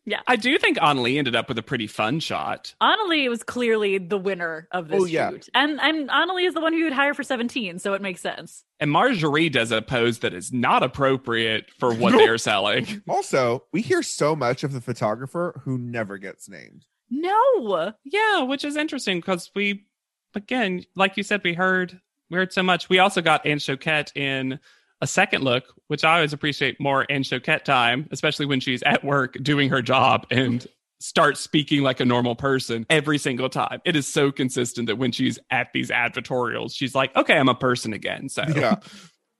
Yeah. I do think Annalie ended up with a pretty fun shot. Annalie was clearly the winner of this Oh, yeah. shoot. And and Annalie is the one who you'd hire for 17, so it makes sense. And Marjorie does a pose that is not appropriate for what No. they're selling. Also, we hear so much of the photographer who never gets named. No. Yeah, which is interesting because we, again, like you said, we heard we heard so much. We also got Anne Choquette in a second look, which I always appreciate more Anne Choquette time, especially when she's at work doing her job and starts speaking like a normal person every single time. It is so consistent that when she's at these advertorials, she's like, "Okay, I'm a person again." So Yeah.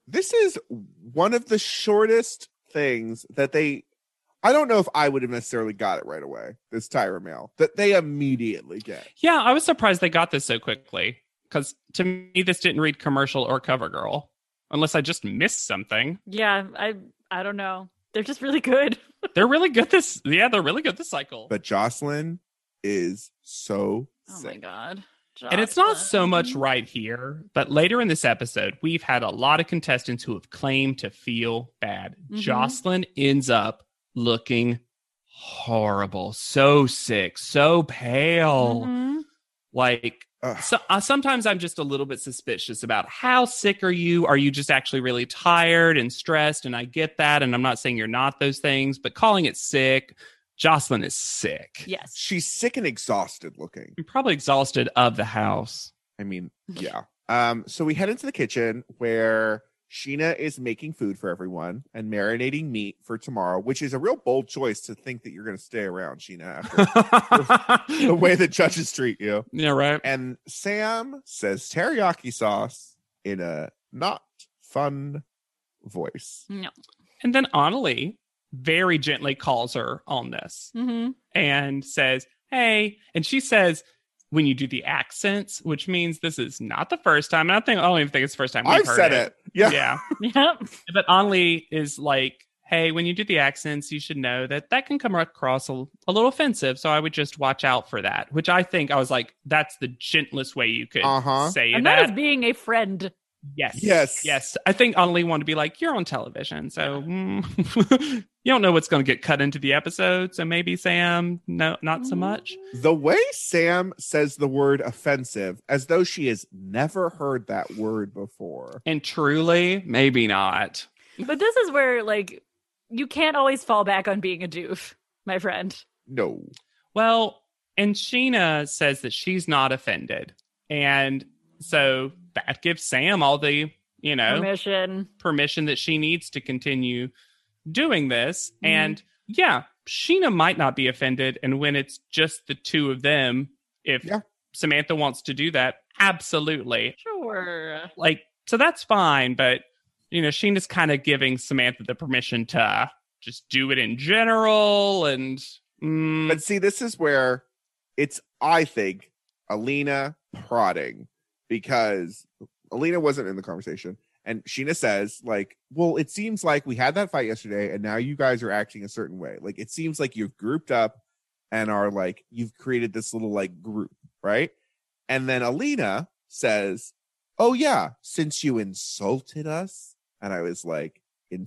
this is one of the shortest things that they I don't know if I would have necessarily got it right away, this Tyra mail that they immediately get. Yeah, I was surprised they got this so quickly because to me, this didn't read commercial or cover girl, unless I just missed something. Yeah, I I don't know. They're just really good. They're really good this, yeah, they're really good this cycle. But Jocelyn is so Oh my sick. god. Mm-hmm. and it's not so much Jocelyn. right here, but later in this episode, we've had a lot of contestants who have claimed to feel bad. Mhm. Jocelyn ends up looking horrible, so sick, so pale. Mhm. Like, Ugh. So uh, sometimes I'm just a little bit suspicious about how sick are you? Are you just actually really tired and stressed? And I get that. And I'm not saying you're not those things, but calling it sick, Jocelyn is sick. Yes. She's sick and exhausted looking. I'm probably exhausted of the house. I mean, yeah. Um, so we head into the kitchen where Sheena is making food for everyone and marinating meat for tomorrow, which is a real bold choice to think that you're going to stay around, Sheena, after the way that judges treat you. yeah, right. And Sam says teriyaki sauce in a not fun voice. No. And then Annalie very gently calls her on this Mhm. and says, Hey. And she says, when you do the accents, which means this is not the first time. And I think I don't even think it's the first time we've I've heard said it. Yeah. yeah. Yep. But Anli is like, hey, when you do the accents, you should know that that can come across a, a little offensive. So I would just watch out for that, which I think I was like, that's the gentlest way you could Uh-huh. say And that that. is being a friend. yes. Yes. Yes. I think Anli wanted to be like, you're on television. So mm, you don't know what's going to get cut into the episode. So maybe Sam, no, not Mm. so much. The way Sam says the word offensive, as though she has never heard that word before. And truly, maybe not. Mm-hmm. But this is where like you can't always fall back on being a doof, my friend. No. Well, and Sheena says that she's not offended. And so that gives Sam all the, you know, Permission. permission that she needs to continue doing this. Mhm. And yeah, Sheena might not be offended. And when it's just the two of them, if Yeah. Samantha wants to do that, absolutely. Sure. Like, so that's fine. But, you know, Sheena's kind of giving Samantha the permission to just do it in general. And, mm, But see, this is where it's, I think, Alina prodding because Alina wasn't in the conversation. And Sheena says, like, well, it seems like we had that fight yesterday and now you guys are acting a certain way. Like, it seems like you've grouped up and are like, you've created this little like group, right? And then Alina says, oh, yeah, since you insulted us. And I was like,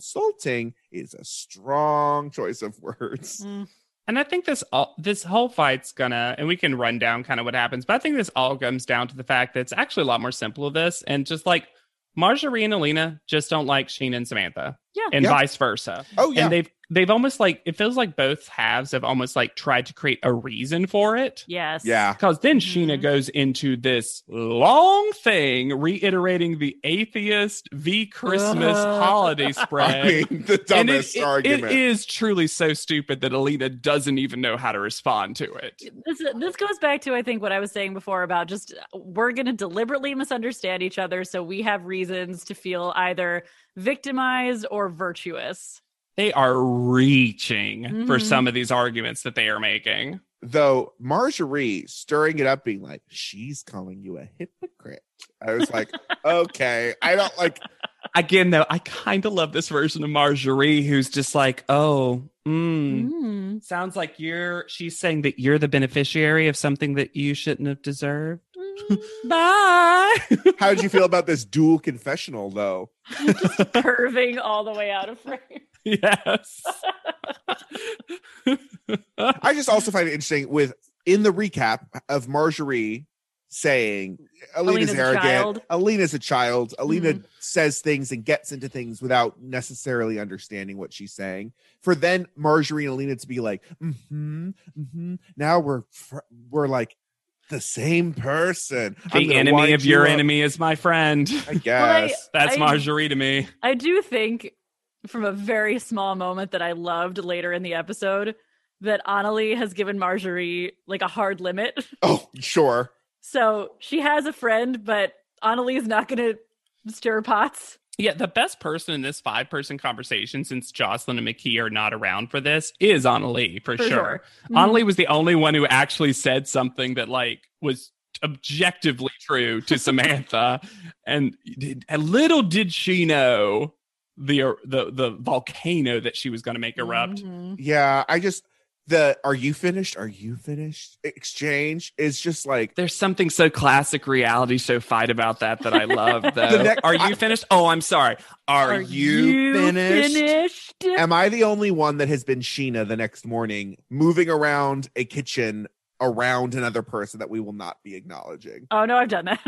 insulting is a strong choice of words. Mm. And I think this all this whole fight's gonna, and we can run down kind of what happens, but I think this all comes down to the fact that it's actually a lot more simple of this, and just like Marjorie and Alina just don't like Sheen and Samantha, Yeah. and Yeah. vice versa, Oh, yeah. and they've they've almost like it feels like both halves have almost like tried to create a reason for it. Yes. yeah. Because then Sheena Mhm. goes into this long thing reiterating the atheist v Christmas Ugh. holiday Oh, I spread. mean, the And it- dumbest it- argument. It is truly so stupid that Alina doesn't even know how to respond to it. This this goes back to I think what I was saying before about just uh, we're going to deliberately misunderstand each other so we have reasons to feel either victimized or virtuous. They are reaching for Mhm. some of these arguments that they are making. Though Marjorie stirring it up, being like, she's calling you a hypocrite. I was like, okay, I don't like, Again, though, I kind of love this version of Marjorie who's just like, oh, mm, Mm. sounds like you're, she's saying that you're the beneficiary of something that you shouldn't have deserved. Mm. Bye. how did you feel about this dual confessional though? Curving all the way out of frame. yes. I just also find it interesting with in the recap of Marjorie saying Alina's, Alina's a arrogant, child. Mm-hmm. Alina's a child, Alina says things and gets into things without necessarily understanding what she's saying. For then Marjorie and Alina to be like, mm-hmm, mm-hmm. now we're fr- we're like the same person. I'm the gonna enemy wind of your you up." enemy is my friend. I I- guess. That's I- Marjorie to me. I do think from a very small moment that I loved later in the episode that Annalie has given Marjorie like a hard limit. oh, sure. So she has a friend, but Annalie is not going to stir pots. Yeah, the best person in this five person conversation since Jocelyn and McKee are not around for this is Annalie for, For sure. sure. Mm-hmm. Annalie was the only one who actually said something that like was objectively true to Samantha, and did- and little did she know the er- the the volcano that she was going to make erupt. Mhm. Yeah, I just the are you finished? Are you finished? Exchange is just like There's something so classic reality show fight about that that I love. Though, next- are you finished? Oh, I'm sorry. Are, you, finished? finished? Am I the only one that has been Sheena the next morning moving around a kitchen around another person that we will not be acknowledging? Oh no, I've done that.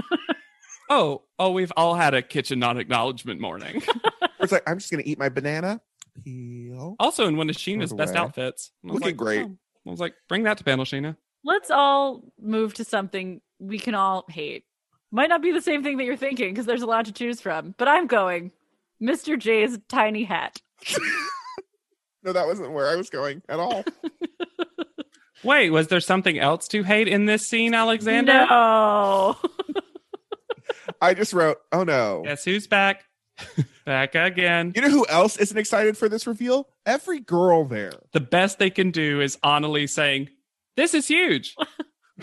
Oh, oh, we've all had a kitchen non-acknowledgement morning. Where it's like, I'm just going to eat my banana peel. also in one of Sheena's the best way. outfits. And I Oh, was Looking like, great. oh. I was like, bring that to panel, Sheena. Let's all move to something we can all hate. Might not be the same thing that you're thinking because there's a lot to choose from, but I'm going Mr. J's tiny hat. No, that wasn't where I was going at all. Wait, was there something else to hate in this scene, Alexander? No. I just wrote, oh no. Guess who's back? back again. You know who else isn't excited for this reveal? Every girl there. The best they can do is Annalie saying, This is huge.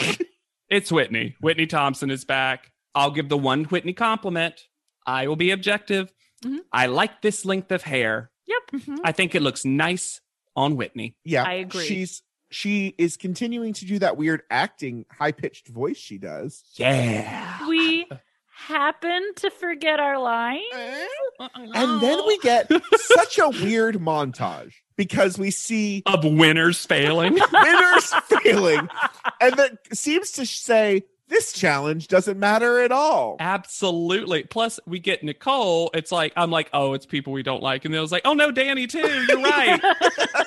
it's Whitney. Whitney Thompson is back. I'll give the one Whitney compliment. I will be objective. Mm-hmm. Mhm. I like this length of hair. yep. I think it looks nice on Whitney. Yeah. I agree. She's she is continuing to do that weird acting high pitched voice she does. Yeah. We happen to forget our line. And then we get such a weird montage because we see of winners failing. winners failing and that seems to say this challenge doesn't matter at all. Absolutely. Plus, we get Nicole. It's like, I'm like, oh, it's people we don't like. And then it was like, oh, no, Danny, too. You're right.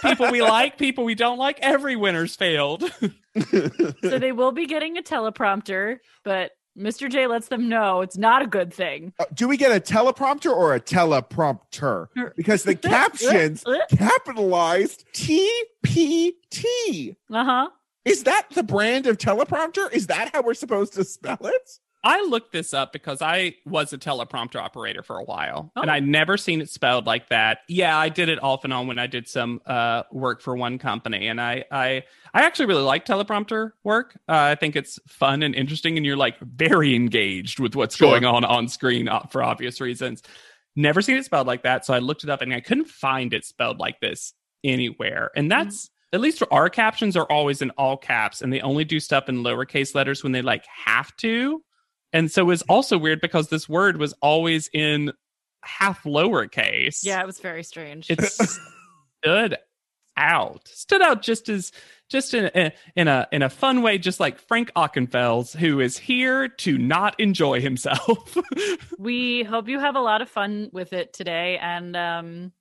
people we like, people we don't like. Every winner's failed. so they will be getting a teleprompter, but Mr. J lets them know it's not a good thing. Uh, Do we get a teleprompter or a teleprompter? Because the captions Uh capitalized TPT. huh. Is that the brand of teleprompter? Is that how we're supposed to spell it? I looked this up because I was a teleprompter operator for a while and Oh. I'd never seen it spelled like that. Yeah, I did it off and on when I did some uh, work for one company. And I, I, I actually really like teleprompter work. Uh, I think it's fun and interesting and you're like very engaged with what's Sure. going on on screen uh, for obvious reasons. Never seen it spelled like that. So I looked it up and I couldn't find it spelled like this anywhere. And that's at least for our captions are always in all caps and they only do stuff in lowercase letters when they like have to. And so Mm-hmm. it's also weird because this word was always in half lowercase. Yeah, it was very strange. It stood out. Stood out just as just in a, in a in a fun way just like Frank Ockenfels who is here to not enjoy himself. we hope you have a lot of fun with it today and um,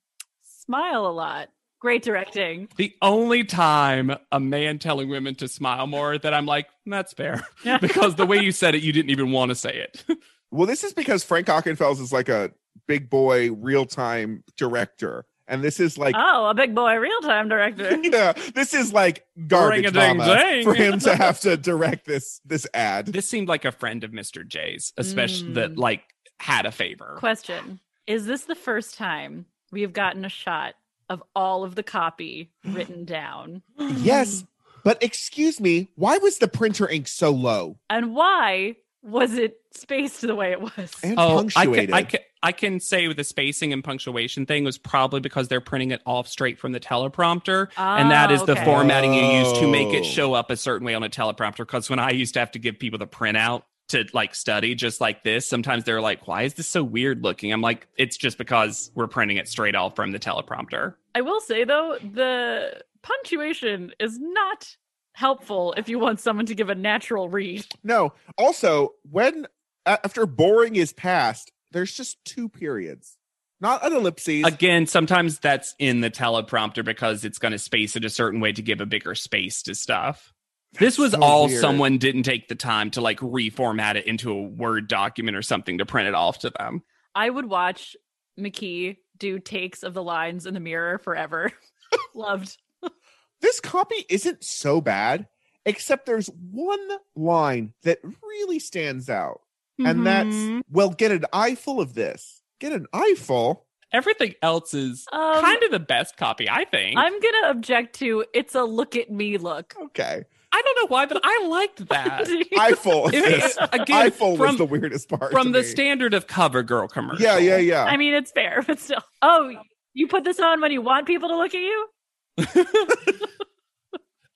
smile a lot. Great directing. the only time a man telling women to smile more that I'm like that's fair Yeah. because the way you said it you didn't even want to say it. Well, this is because Frank Ockenfels is like a big boy real time director. And this is like, oh, a big boy real time director. yeah, this is like garbage Ring-a-ding-ding. mama for him to have to direct this this ad. this seemed like a friend of Mr. J's, especially Mm. that like had a favor. Question Is this the first time we have gotten a shot of all of the copy written down? Yes, but excuse me, why was the printer ink so low And why was it spaced the way it was? and Oh, I punctuated? can, I can I can say the spacing and punctuation thing was probably because they're printing it off straight from the teleprompter. And that Ah, is the okay. formatting you use to make Oh. it show up a certain way on a teleprompter. Because when I used to have to give people the printout to like study just like this, sometimes they're like, why is this so weird looking? I'm like, it's just because we're printing it straight off from the teleprompter. I will say though, the punctuation is not helpful if you want someone to give a natural read. No. Also, when a- after boring is past, there's just two periods, not an ellipses. Again, sometimes that's in the teleprompter because it's going to space it a certain way to give a bigger space to stuff. This was so all weird. someone didn't take the time to like reformat it into a Word document or something to print it off to them. I would watch McKee do takes of the lines in the mirror forever. Loved. this copy isn't so bad, except there's one line that really stands out, and Mhm. Mm-hmm. that's well, get an eyeful of this. Get an eyeful. everything else is Um, kind of the best copy, I think. I'm gonna object to it's a look at me look. Okay, I don't know why, but I liked that. eyeful. of It- this. it- again, Eyeful was from, the weirdest part. from to the me. standard of CoverGirl commercial. Yeah, yeah, yeah. I mean, it's fair, but still. Oh, you put this on when you want people to look at you?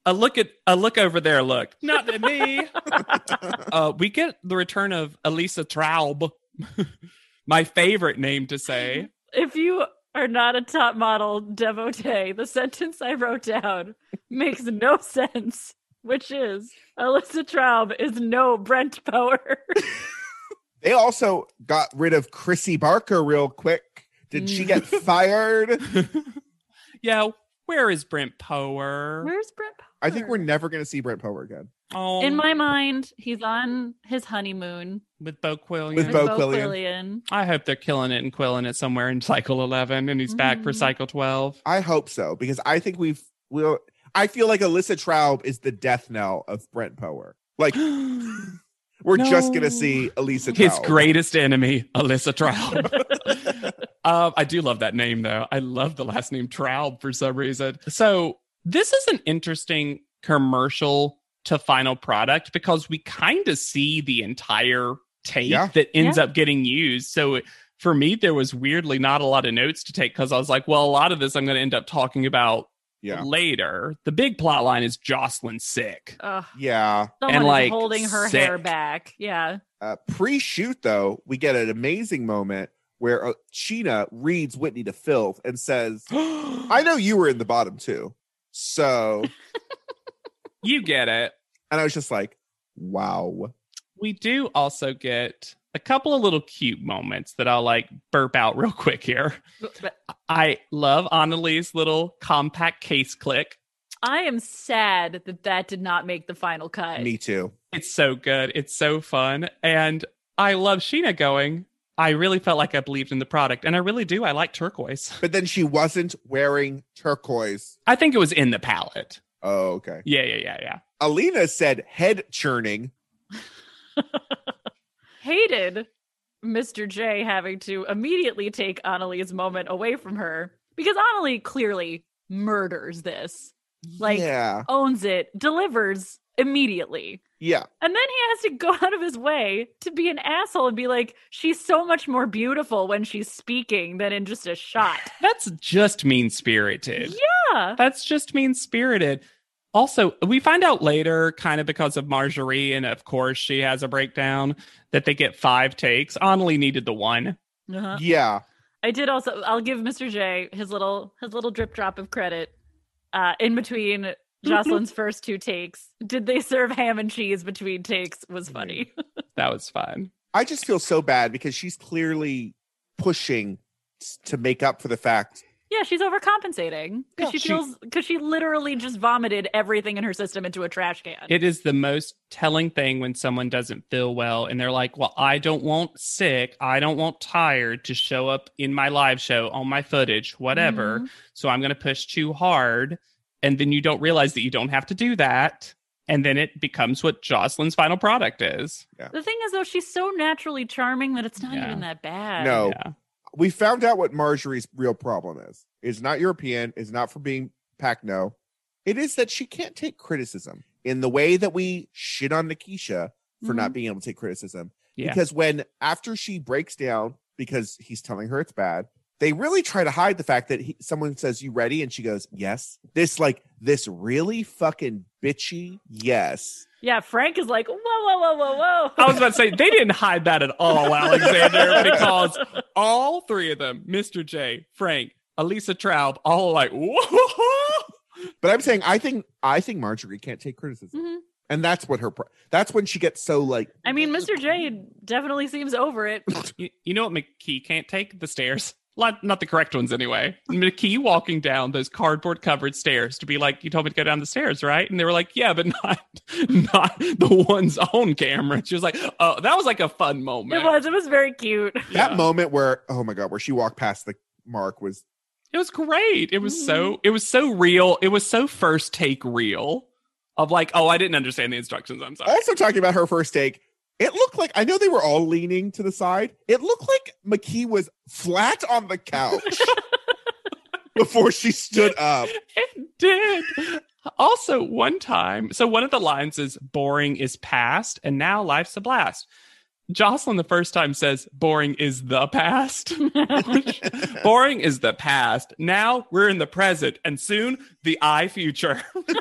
A look at a look over there. Look, not at me. uh, we get the return of Elisa Traub, my favorite name to say. If you are not a top model devotee, the sentence I wrote down makes no sense, which is Alyssa Traub is no Brent Power. They also got rid of Chrissy Barker real quick. Did she get fired? yeah, where is Brent Power? Where's Brent Power? I think we're never going to see Brent Power again. Oh, in my mind, he's on his honeymoon with Bo Quillian. With with Bo Bo, Quillian. Quillian. I hope they're killing it and quilling it somewhere in cycle eleven, and he's back for Mhm. cycle twelve. I hope so because I think we've will. I feel like Alyssa Traub is the death knell of Brent Power. Like we're just going to No. see Elisa. His Traub. greatest enemy, Alyssa Traub. um, I do love that name, though. I love the last name Traub for some reason. So, this is an interesting commercial to final product because we kind of see the entire tape Yeah. that ends up getting used. So, it, for me, there was weirdly not a lot of notes to take because I was like, well, a lot of this I'm going to end up talking about Yeah. later. The big plot line is Jocelyn sick. Ugh, Yeah. someone And, is like, holding her hair sick. back. Yeah. Uh, pre-shoot though, we get an amazing moment where uh, Sheena reads Whitney to filth and says, "I know you were in the bottom too." So, you get it. and I was just like, "Wow." we do also get a couple of little cute moments that I'll like burp out real quick here. But I love Annalie's little compact case click. I am sad that that did not make the final cut. Me too. It's so good. It's so fun. And I love Sheena going, I really felt like I believed in the product. And I really do. I like turquoise. But then she wasn't wearing turquoise. I think it was in the palette. Oh, okay. Yeah, yeah, yeah, yeah. Alina said head churning. hated Mr. J having to immediately take Annalie's moment away from her because Annalie clearly murders this, Like- yeah. owns it, delivers immediately. Yeah. And then he has to go out of his way to be an asshole and be like, she's so much more beautiful when she's speaking than in just a shot. That's just mean spirited. Yeah. That's just mean spirited. Also, we find out later, kind of because of Marjorie, and of course she has a breakdown, that they get five takes. Annalie needed the one. Uh-huh. Yeah. I did also. I'll give Mr. J his little his little drip drop of credit. Uh, in between Jocelyn's first two takes, did they serve ham and cheese between takes? Was Mm. funny. That was fun. I just feel so bad because she's clearly pushing s- to make up for the fact. yeah, she's overcompensating Yeah, because she she- feels because she literally just vomited everything in her system into a trash can. It is the most telling thing when someone doesn't feel well and they're like, Well, I don't want sick, I don't want tired to show up in my live show on my footage, whatever. Mhm. So I'm going to push too hard. And then you don't realize that you don't have to do that. And then it becomes what Jocelyn's final product is. The thing is, though, she's so naturally charming that it's not Yeah. even that bad. No. Yeah. We found out what Marjorie's real problem is. It's not European. It's not for being Pacno. It is that she can't take criticism in the way that we shit on Nikisha for not being able to take criticism. Yeah. Because when after she breaks down because he's telling her it's bad, they really try to hide the fact that he, someone says you ready and she goes yes. This like this really fucking bitchy yes. Yeah, Frank is like, whoa, whoa, whoa, whoa, I whoa. was about to say they didn't hide that at all, Alexander, because all three of them, Mr. J, Frank, Elisa Traub, all like, whoa. But I'm saying I think I think Marjorie can't take criticism, Mhm. and that's what her pro- that's when she gets so like I mean, Mr. J definitely seems over it. You, you know what McKee can't take? The stairs. Not, not the correct ones, anyway. McKee walking down those cardboard covered stairs to be like, You told me to go down the stairs, right? And they were like, Yeah, but not not the ones on camera. She was like, Oh, that was like a fun moment. It was. It was very cute. that Yeah. moment where oh my god, where she walked past the mark was It was great. It was so it was so real. It was so first take real of like, oh, I didn't understand the instructions. I'm sorry. also talking about her first take. It looked like I know they were all leaning to the side. It looked like McKee was flat on the couch before she stood up. It did. Also, one time, so one of the lines is boring is past, and now life's a blast. Jocelyn the first time says boring is the past. boring is the past. Now we're in the present and soon the I future.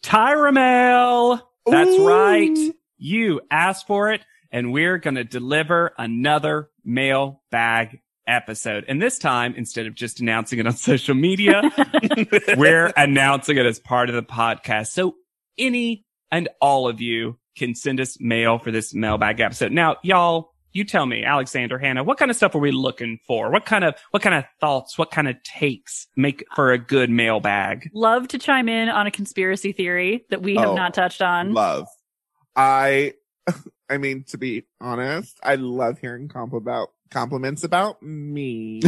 Tyra Mail. That's Ooh. right. You asked for it, and we're going to deliver another mailbag episode. And this time, instead of just announcing it on social media, we're announcing it as part of the podcast. So any and all of you can send us mail for this mailbag episode. Now, y'all, you tell me, Alexander, Hannah, what kind of stuff are we looking for? What kind of, what kind of thoughts, what kind of takes make for a good mailbag? Love to chime in on a conspiracy theory that we have Oh, not touched on. Love. I I mean to be honest, I love hearing comp about compliments about me.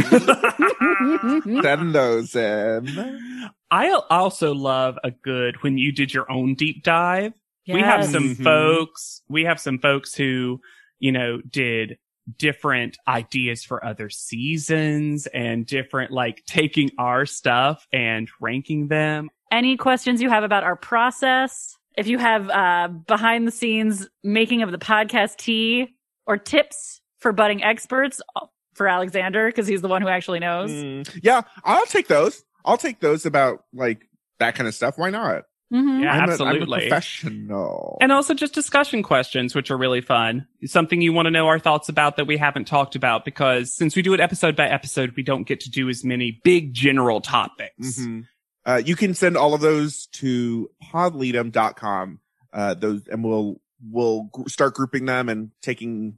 Send those in. I also love a good when you did your own deep dive. We have Yes. some Mhm. folks, we have some folks who, you know, did different ideas for other seasons and different like taking our stuff and ranking them. any questions you have about our process. If you have uh, behind the scenes making of the podcast tea or tips for budding experts uh, for Alexander, because he's the one who actually knows. Mm, yeah, I'll take those. I'll take those about like that kind of stuff. Why not? Mhm. Yeah, I'm a- I'm a absolutely. professional. and also just discussion questions, which are really fun. Something you want to know our thoughts about that we haven't talked about because since we do it episode by episode, we don't get to do as many big general topics. Mhm. Uh, you can send all of those to podleadum.com. Uh, those, and we'll, we'll gr- start grouping them and taking,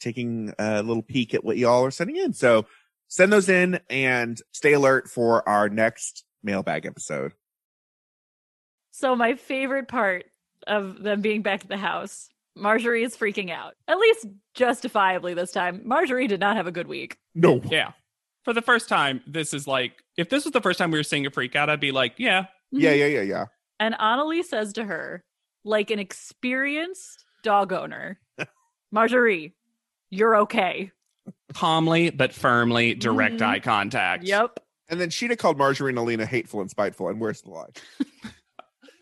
taking a little peek at what y'all are sending in. So send those in and stay alert for our next mailbag episode. So my favorite part of them being back at the house, Marjorie is freaking out. At least justifiably this time. Marjorie did not have a good week. No. Yeah. For the first time, this is like, if this was the first time we were seeing a freak out, I'd be like, yeah, Mm-hmm. Yeah. Yeah. Yeah. Yeah. And Annalise says to her, like an experienced dog owner, Marjorie, you're okay. calmly but firmly direct Mhm. eye contact. Yep. And then Sheena called Marjorie and Alina hateful and spiteful. And where's the lie?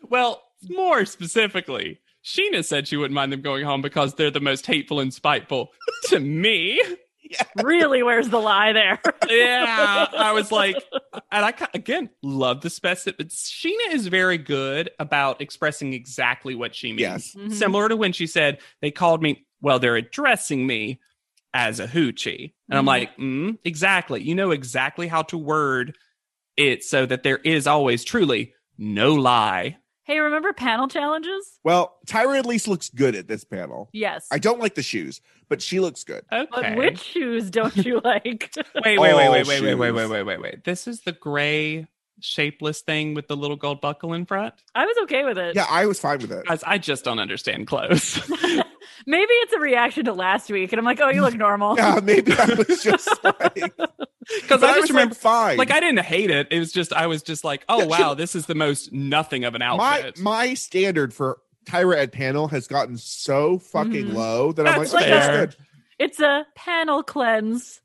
Well, more specifically, Sheena said she wouldn't mind them going home because they're the most hateful and spiteful to me. Really, where's the lie there? yeah, I was like, and I ki- again love the specific. Sheena is very good about expressing exactly what she means. Yes. Mhm. Similar to when she said they called me. Well, they're addressing me as a hoochie, and I'm Mhm. like, mm, exactly. You know exactly how to word it so that there is always truly no lie. Hey, remember panel challenges? Well, Tyra at least looks good at this panel. Yes. I don't like the shoes, but she looks good. Okay. but which shoes don't you like? wait, wait, wait, All wait, wait, wait, wait, shoes. wait, wait, wait, wait. This is the gray shapeless thing with the little gold buckle in front. I was okay with it. Yeah. I was fine with it. Guys, I just don't understand clothes. Maybe it's a reaction to last week, and I'm like, oh, you look normal. Yeah, maybe I was just like, Because But I was, just remember, like, fine. like, I didn't hate it. It was just, I was just like, oh, Yeah, she- wow, this is the most nothing of an my outfit. my standard for Tyra at panel has gotten so fucking Mhm. low that I'm Mm-hmm. That's like, okay, that's fair. good. It's a panel cleanse.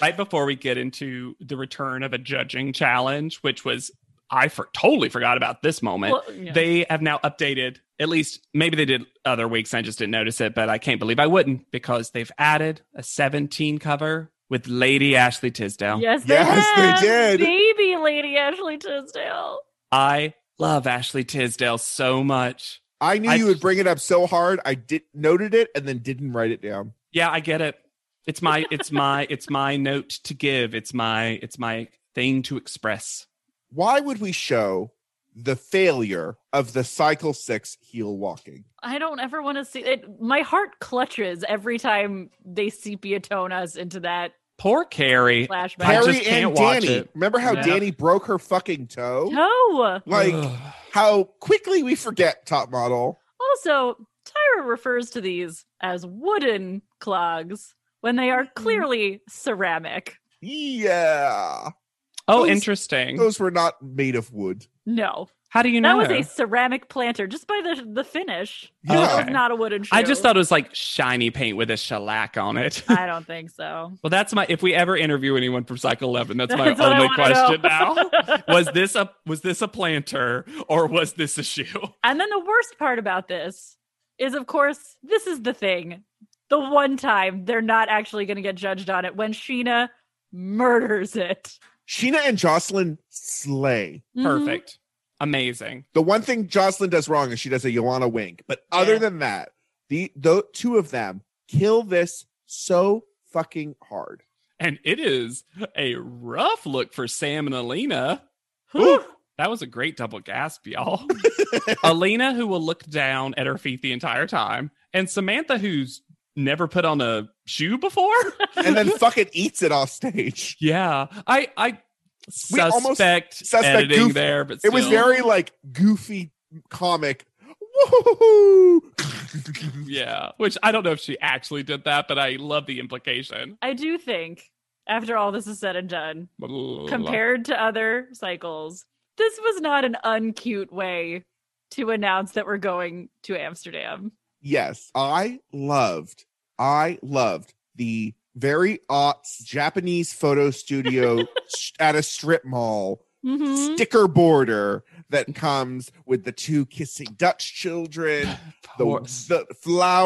right before we get into the return of a judging challenge, which was I for totally forgot about this moment. Well, yeah. They have now updated, at least maybe they did other weeks. and I just didn't notice it, but I can't believe I wouldn't because they've added a 17 cover with Lady Ashley Tisdale. Yes, they, Yes, they have. did. Baby Lady Ashley Tisdale. I love Ashley Tisdale so much. I knew I- you would bring it up so hard. I did noted it and then didn't write it down. Yeah, I get it. It's my it's my it's my note to give. It's my it's my thing to express. Why would we show the failure of the cycle six heel walking? I don't ever want to see it. My heart clutches every time they sepia tone us into that Poor Carrie. I flashback. just Harry can't and watch Danny. it. Remember how Yeah. Danny broke her fucking toe? No. Like Ugh. how quickly we forget top model. Also, Tyra refers to these as wooden clogs when they are clearly ceramic. Yeah. Oh, Those- interesting. Those were not made of wood. No, How do you that know? was a ceramic planter just by the the finish. Yeah. That was Okay. not a wooden shoe. I just thought it was like shiny paint with a shellac on it. I don't think so. well, that's my if we ever interview anyone from Cycle 11, that's my That's what I only wanna question now. know. Was this a was this a planter or was this a shoe? And then the worst part about this is, of course, this is the thing. The one time they're not actually going to get judged on it when Sheena murders it. Sheena and Jocelyn slay. Mhm. Perfect. Amazing. The one thing Jocelyn does wrong is she does a Joanna wink. But other Yeah. than that, the the two of them kill this so fucking hard. And it is a rough look for Sam and Alina. Mm-hmm. Whew. That was a great double gasp, y'all. Alina, who will look down at her feet the entire time, and Samantha, who's never put on a shoe before. And then fucking eats it off stage. Yeah, I I We almost suspect, suspect editing goofy. there, but It was still. very like goofy comic. Woo-hoo-hoo. yeah. Which I don't know if she actually did that, but I love the implication. I do think, after all this is said and done, Blah, blah, blah, blah. compared to other cycles, this was not an uncute way to announce that we're going to Amsterdam. Yes, I loved, I loved the very aughts Japanese photo studio s- at a strip mall Mhm. sticker border that comes with the two kissing Dutch children, the, Poor- the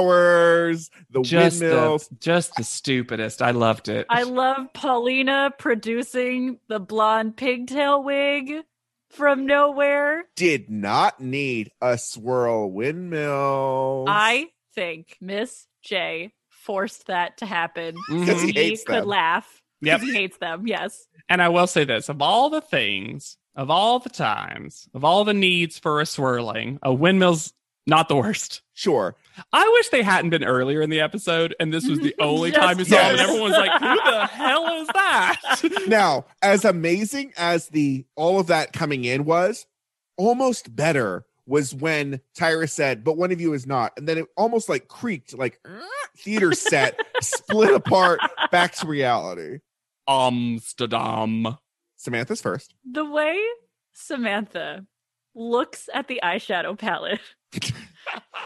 flowers, the just windmills. the, just the stupidest. I loved it. I love Paulina producing the blonde pigtail wig from nowhere. Did not need a swirl windmill. I think Miss J forced that to happen. Mhm. Because Mm-hmm. he He hates could them. laugh. 'cause Yep. He hates them. Yes. And I will say this of all the things, of all the times, of all the needs for a swirling, a windmill's not the worst. Sure. I wish they hadn't been earlier in the episode, and this was the only Just time you saw it. And yes. everyone's like, "Who the hell is that?" Now, as amazing as the all of that coming in was, almost better was when Tyra said, "But one of you is not," and then it almost like creaked, like "Ah," theater set split apart back to reality. Amsterdam. Samantha's first. The way Samantha looks at the eyeshadow palette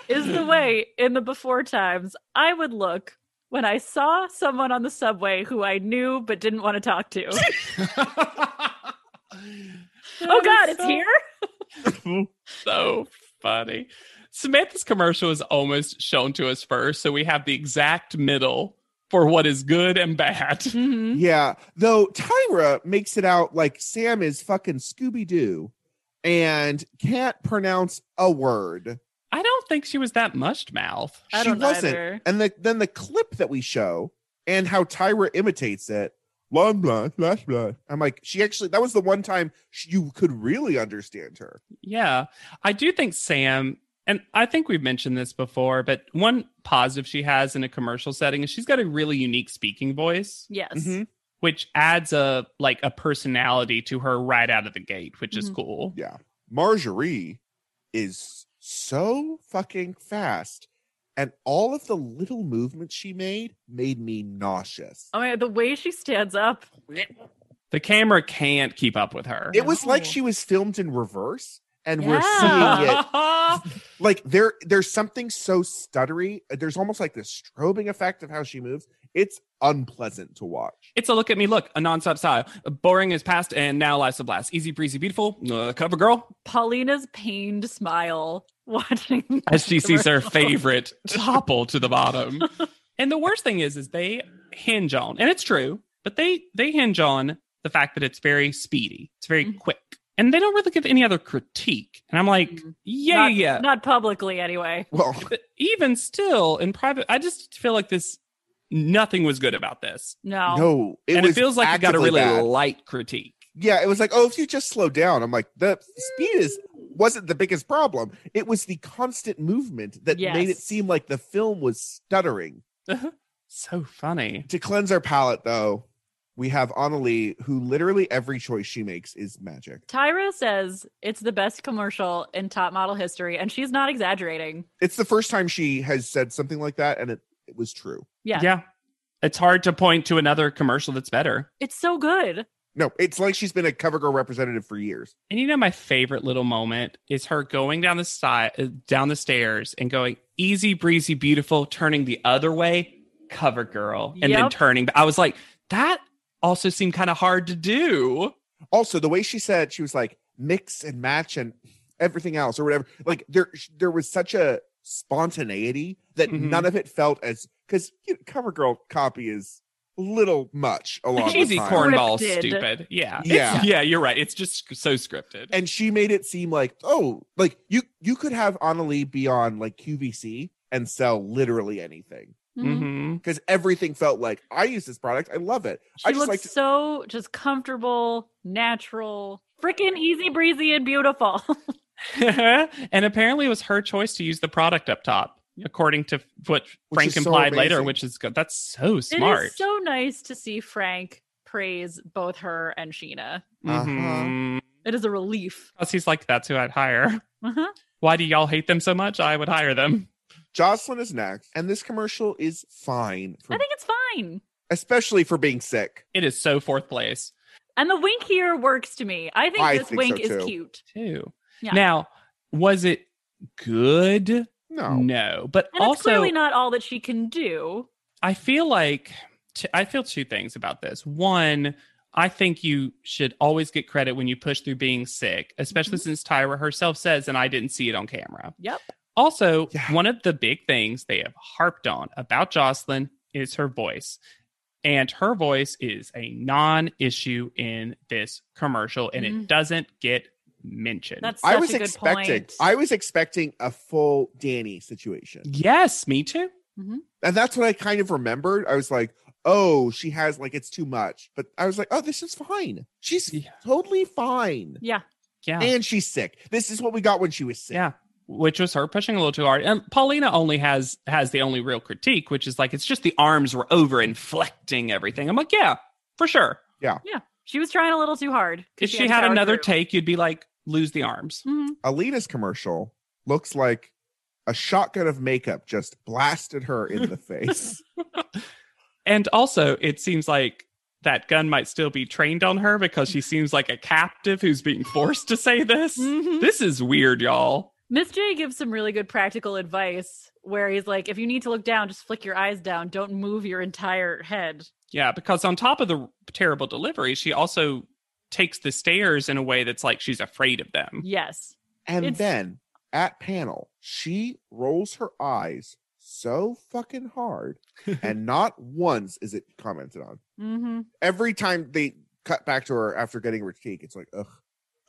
is the way in the before times I would look when I saw someone on the subway who I knew but didn't want to talk to. oh God, it's here. so funny. Samantha's commercial is almost shown to us first, so we have the exact middle for what is good and bad. Mhm. Yeah, though Tyra makes it out like Sam is fucking Scooby Doo and can't pronounce a word. I don't think she was that mushed mouth. I she don't know wasn't. either. And the, then the clip that we show and how Tyra imitates it. Blah, blah, blah, blah. I'm like, she actually, that was the one time she, you could really understand her. Yeah. I do think Sam, and I think we've mentioned this before, but one positive she has in a commercial setting is she's got a really unique speaking voice, Yes. Mhm. which adds a like a personality to her right out of the gate, which is Mhm. cool. Yeah. Marjorie is so fucking fast. And all of the little movements she made made me nauseous. Oh my God, the way she stands up. The camera can't keep up with her. It was like No. she was filmed in reverse and Yeah. we're seeing it like there there's something so stuttery uh, there's almost like this strobing effect of how she moves it's unpleasant to watch It's a look at me look, a nonstop style. Boring is past and now life's a blast. Easy breezy, beautiful, uh, cover girl. Paulina's pained smile watching As she sees her commercial. favorite topple to the bottom. And the worst thing is, is they hinge on, and it's true, but they they hinge on the fact that it's very speedy, it's very Mm-hmm. Mhm. quick, and they don't really give any other critique. And I'm like, Mm-hmm. Mhm. yeah, Not- Uh, yeah, Not publicly, anyway. well but even still in private i just feel like this nothing was good about this No. no it and it was feels like it got a actively really bad. light critique yeah it was like oh if you just slow down i'm like the speed is Mm. wasn't the biggest problem it was the constant movement that made it Yes. seem like the film was stuttering so funny to cleanse our palate though we have Annalie, who literally every choice she makes is magic. Tyra says it's the best commercial in top model history, and she's not exaggerating. It's the first time she has said something like that, and it, it was true. Yeah. it's hard to point to another commercial that's better It's so good. No, it's like she's been a CoverGirl representative for years. and you know my favorite little moment is her going down the side down the stairs and going easy breezy beautiful turning the other way cover girl and then Yep. turning i was like that also seemed kind of hard to do Also, the way she said she was like mix and match and everything else or whatever. Like there, there was such a spontaneity that Mhm. none of it felt as because you know, CoverGirl copy is a little much a lot of the cheesy time. cornball Scripted. stupid yeah Yeah. yeah you're right it's just so scripted and she made it seem like oh like you you could have Annalie be on like QVC and sell literally anything Mhm. Mhm. because everything felt like I use this product I love it She I just looks like to- so just comfortable, natural, freaking easy breezy, and beautiful. and apparently it was her choice to use the product up top according to what Which is frank so implied later amazing. which is good that's so It smart is so nice to see Frank praise both her and Sheena. Mhm. It is a relief. 'Cause he's like that's who i'd hire Uh-huh. why do y'all hate them so much i would hire them Jocelyn is next, and this commercial is fine, for, I think it's fine. especially for being sick. it is so fourth place And the wink here works to me. I think I this think wink so, is too. cute. too Yeah. now was it good No, no but And it's also clearly not all that she can do. I feel like t- I feel two things about this. One, I think you should always get credit when you push through being sick, especially Mhm. since Tyra herself says, and I didn't see it on camera. Yep. Also, Yeah. one of the big things they have harped on about Jocelyn is her voice. And her voice is a non issue in this commercial, and it Mhm. doesn't get mentioned. That's such I was a good expecting, point. I was expecting a full Danny situation, yes, me too. and that's what I kind of remembered. I was like, oh, she has like it's too much, but I was like, oh, this is fine. She's Yeah. totally fine, yeah. Yeah. and she's sick. This is what we got when she was sick. Yeah, which was her pushing a little too hard. And Paulina only has has the only real critique, which is like it's just the arms were over inflecting everything. I'm like, yeah, for sure. Yeah. She was trying a little too hard. 'cause If she to had power another through. take, you'd be like, lose the arms. Mhm. Alina's commercial looks like a shotgun of makeup just blasted her in the face. And also, it seems like that gun might still be trained on her because she seems like a captive who's being forced to say this. Mhm. This is weird, y'all. Miss J gives some really good practical advice where he's like, if you need to look down, just flick your eyes down. Don't move your entire head. Yeah, because on top of the terrible delivery, she also takes the stairs in a way that's like she's afraid of them. Yes. And It's- then at panel, she rolls her eyes so fucking hard, and not once is it commented on. hmm Every time they cut back to her after getting her cake, it's like, ugh,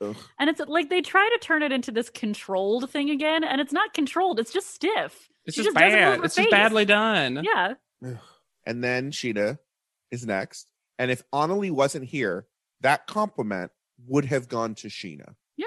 ugh. And it's like they try to turn it into this controlled thing again, and it's not controlled. It's just stiff. It's She just just doesn't move bad. her It's just face. badly done. Yeah. Mm-hmm. And then Sheena is next. And if Annalie wasn't here, that compliment would have gone to Sheena. Yeah.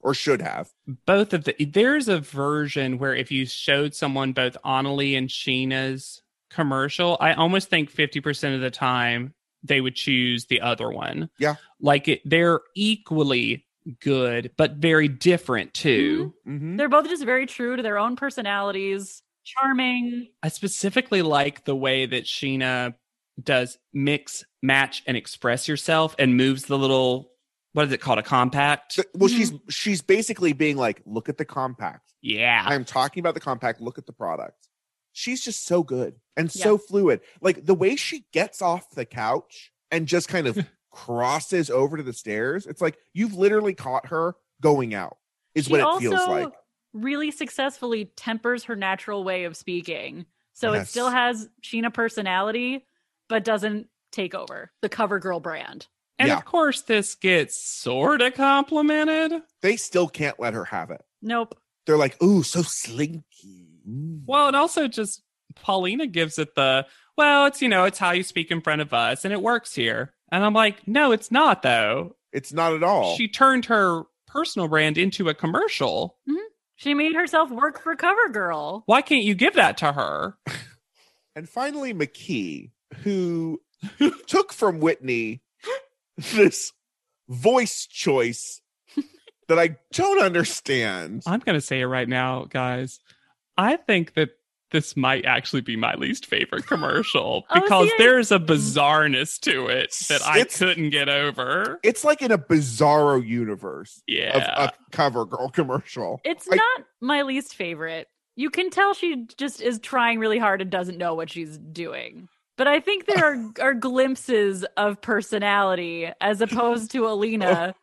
Or should have. Both of the there's a version where if you showed someone both Annalie and Sheena's commercial, I almost think 50% of the time they would choose the other one. Yeah. Like it, they're equally good, but very different too. Mhm. They're both just very true to their own personalities, charming. I specifically like the way that Sheena does mix, match, and express yourself and moves the little what is it called? A compact? Th- Well, she's Mm-hmm. she's basically being like, look at the compact. Yeah. I'm talking about the compact. Look at the product. She's just so good and so fluid. Like the way she gets off the couch and just kind of crosses over to the stairs. It's like you've literally caught her going out. Is She what it also feels like. really successfully tempers her natural way of speaking. So it Yes. still has Sheena personality, but doesn't take over the cover girl brand. And Yeah. of course, this gets sort of complimented. They still can't let her have it. Nope. They're like, ooh, so slinky. Ooh. Well, and also just Paulina gives it the, well, it's, you know, it's how you speak in front of us and it works here. And I'm like, no, it's not though. It's not at all. She turned her personal brand into a commercial. She made herself work for cover girl. Why can't you give that to her? and finally, McKee, who took from Whitney this voice choice that I don't understand. I'm going to say it right now, guys. I think that this might actually be my least favorite commercial Oh, see, because I- there's a bizarreness to it that I It's- couldn't get over. It's like in a bizarro universe Yeah. of a cover girl commercial. It's I- not my least favorite. You can tell she just is trying really hard and doesn't know what she's doing. But I think there are, are glimpses of personality as opposed Oh. to Alina,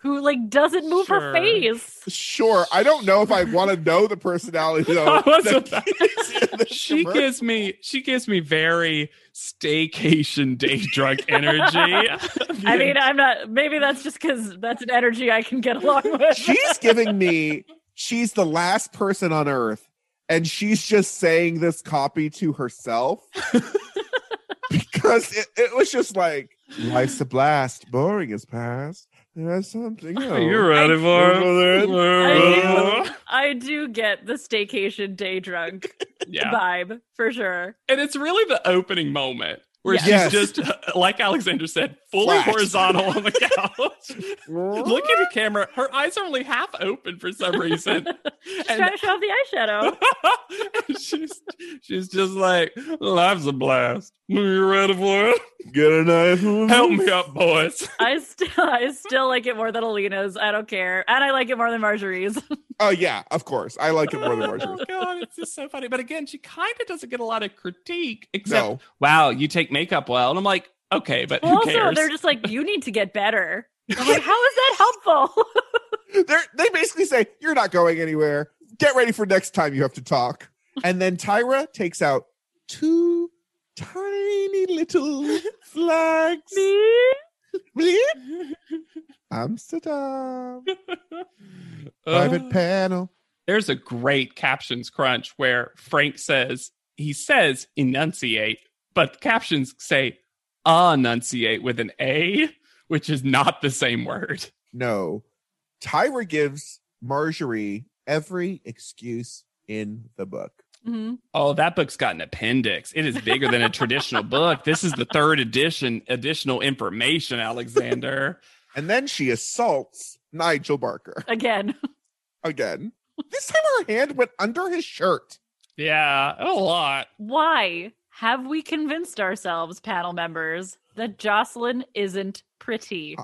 who like doesn't move Sure. her face. Sure, I don't know if I want to know the personality though. I was that about- is in the she commercial. gives me she gives me very staycation day drug energy. I mean, I'm not. Maybe that's just because that's an energy I can get along with. she's giving me she's the last person on earth and she's just saying this copy to herself because it, it was just like life's a blast boring is past there's something else you ready for Uh, I it? I do get the staycation day drunk yeah. vibe for sure. And it's really the opening moment where Yes. she's just uh, like Alexander said, fully Flat. horizontal on the couch. Look at the camera. Her eyes are only half open for some reason. She's And- trying to show off the eyeshadow. she's she's just like, life's a blast. You ready for it? get a knife Help me up, boys. I still, I still like it more than Alina's. I don't care, and I like it more than Marjorie's. oh yeah of course i like it more than Oh marjorie god, it's just so funny. But again, she kind of doesn't get a lot of critique, except no wow, you take makeup well, and I'm like, okay, but Well, who also, cares? they're just like, you need to get better. I'm like, how is that helpful? They're, they basically say you're not going anywhere get ready for next time you have to talk and then tyra takes out two tiny little flags Bleep. amsterdam private Uh, panel there's a great captions crunch where Frank says he says enunciate, but the captions say enunciate with an a, which is not the same word. no tyra gives marjorie every excuse in the book Mhm. Oh, that book's got an appendix. It is bigger than a traditional book. This is the third edition, additional information, Alexander. and then she assaults nigel barker Again, again this time her hand went under his shirt Yeah, a lot. why have we convinced ourselves, panel members, that Jocelyn isn't pretty?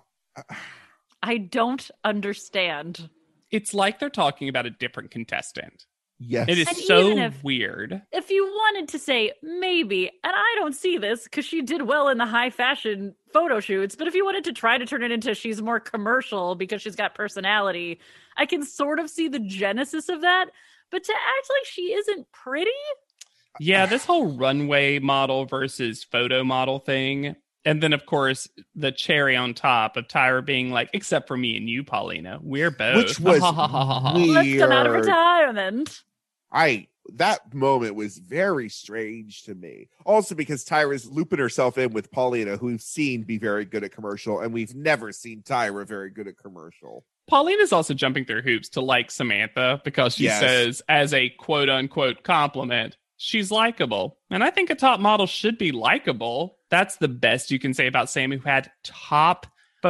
I don't understand. It's like they're talking about a different contestant. yes It is And so even if- weird. If you wanted to say maybe, and I don't see this because she did well in the high fashion photo shoots, but if you wanted to try to turn it into she's more commercial because she's got personality, I can sort of see the genesis of that. But to act like she isn't pretty, Yeah, this whole runway model versus photo model thing. And then, of course, the cherry on top of Tyra being like, except for me and you, Paulina, we're both. Which was let's come out of Weird. retirement. I that moment was very strange to me. Also because Tyra's looping herself in with Paulina, who we've seen be very good at commercial, and we've never seen Tyra very good at commercial. Paulina's also jumping through hoops to like Samantha because she Yes. says, as a quote unquote compliment, she's likable. And I think a top model should be likable. That's the best you can say about Sam, who had top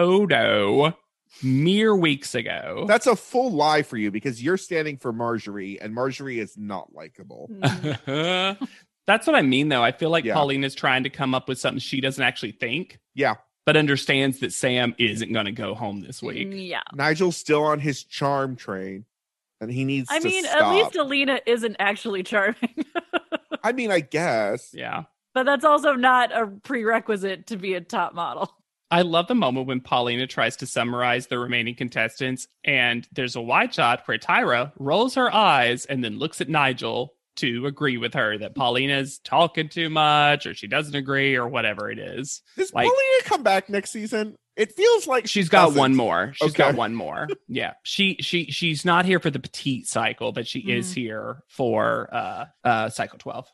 photo mere weeks ago. That's a full lie for you because you're standing for Marjorie, and Marjorie is not likable. Mm. That's what I mean, though. I feel like Yeah. Paulina's trying to come up with something she doesn't actually think. Yeah. but understands that Sam isn't going to go home this week. Mm, Yeah. Nigel's still on his charm train, and he needs. I to mean, stop. at least Alina isn't actually charming, I mean, I guess. Yeah. but that's also not a prerequisite to be a top model. I love the moment when Paulina tries to summarize the remaining contestants, and there's a wide shot where Tyra rolls her eyes and then looks at Nigel to agree with her that Paulina's talking too much or she doesn't agree or whatever it is. Does Like- Paulina come back next season? It feels like she She's got doesn't. one more. She's got Okay. one more. Yeah. She she she's not here for the petite cycle, but she is Mhm. here for uh uh cycle 12.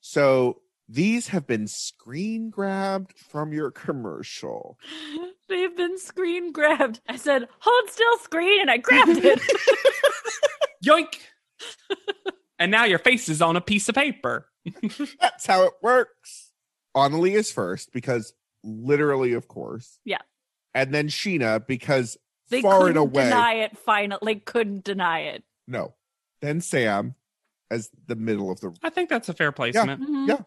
So these have been screen grabbed from your commercial. They've been screen grabbed. I said, hold still, screen, and I grabbed it. Yoink. and now your face is on a piece of paper. That's how it works. Annalie is first because literally, of course. Yeah. And then Sheena because They far couldn't and away. deny it. Final, like couldn't deny it. no. Then Sam as the middle of the. I think that's a fair placement. Mhm. Yeah.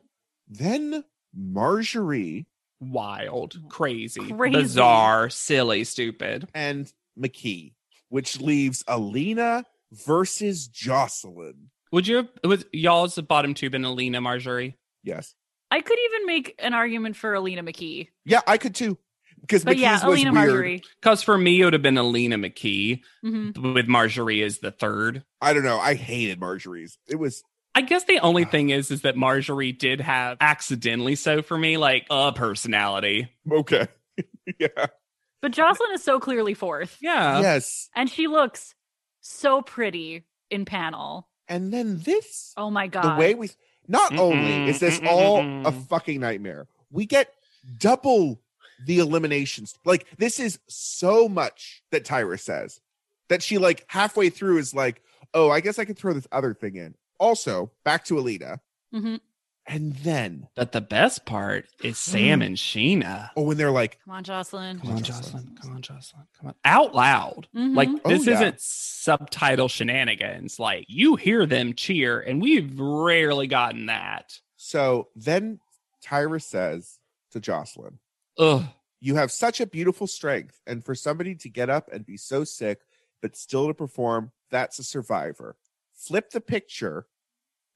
Then Marjorie Wild, crazy, Crazy. bizarre, silly, stupid. and McKee, which leaves Alina versus Jocelyn. Would you was y'all's the bottom two been Alina Marjorie? Yes. I could even make an argument for Alina McKee, Yeah, I could too. Because but McKee's yeah, was Alina weird. Marjorie. Because for me it would have been Alina McKee hmm with Marjorie as the third. I don't know. I hated Marjorie's. It was I guess the only thing is is that Marjorie did have accidentally so for me, like a personality. okay. yeah. Uh-huh. But Jocelyn is so clearly fourth, Yeah. yes. and she looks so pretty in panel. And then this Oh my god! the way we not Mm-mm, only is this mm-mm, all a mm-mm. fucking nightmare, we get double the eliminations. Like this is so much that Tyra says that she like halfway through is like, oh, I guess I could throw this other thing in. Also, back to Alita, Mhm. and then But the best part is Sam and Sheena. oh, when they're like, Come on, Jocelyn. Mm. Come on, Jocelyn. Come on, Jocelyn. Come on. Out loud. Mhm. Like Oh, this yeah. isn't subtitle shenanigans. Like you hear them cheer, and we've rarely gotten that. so then Tyra says to Jocelyn, Ugh. You have such a beautiful strength, and for somebody to get up and be so sick, but still to perform, that's a survivor. Flip the picture,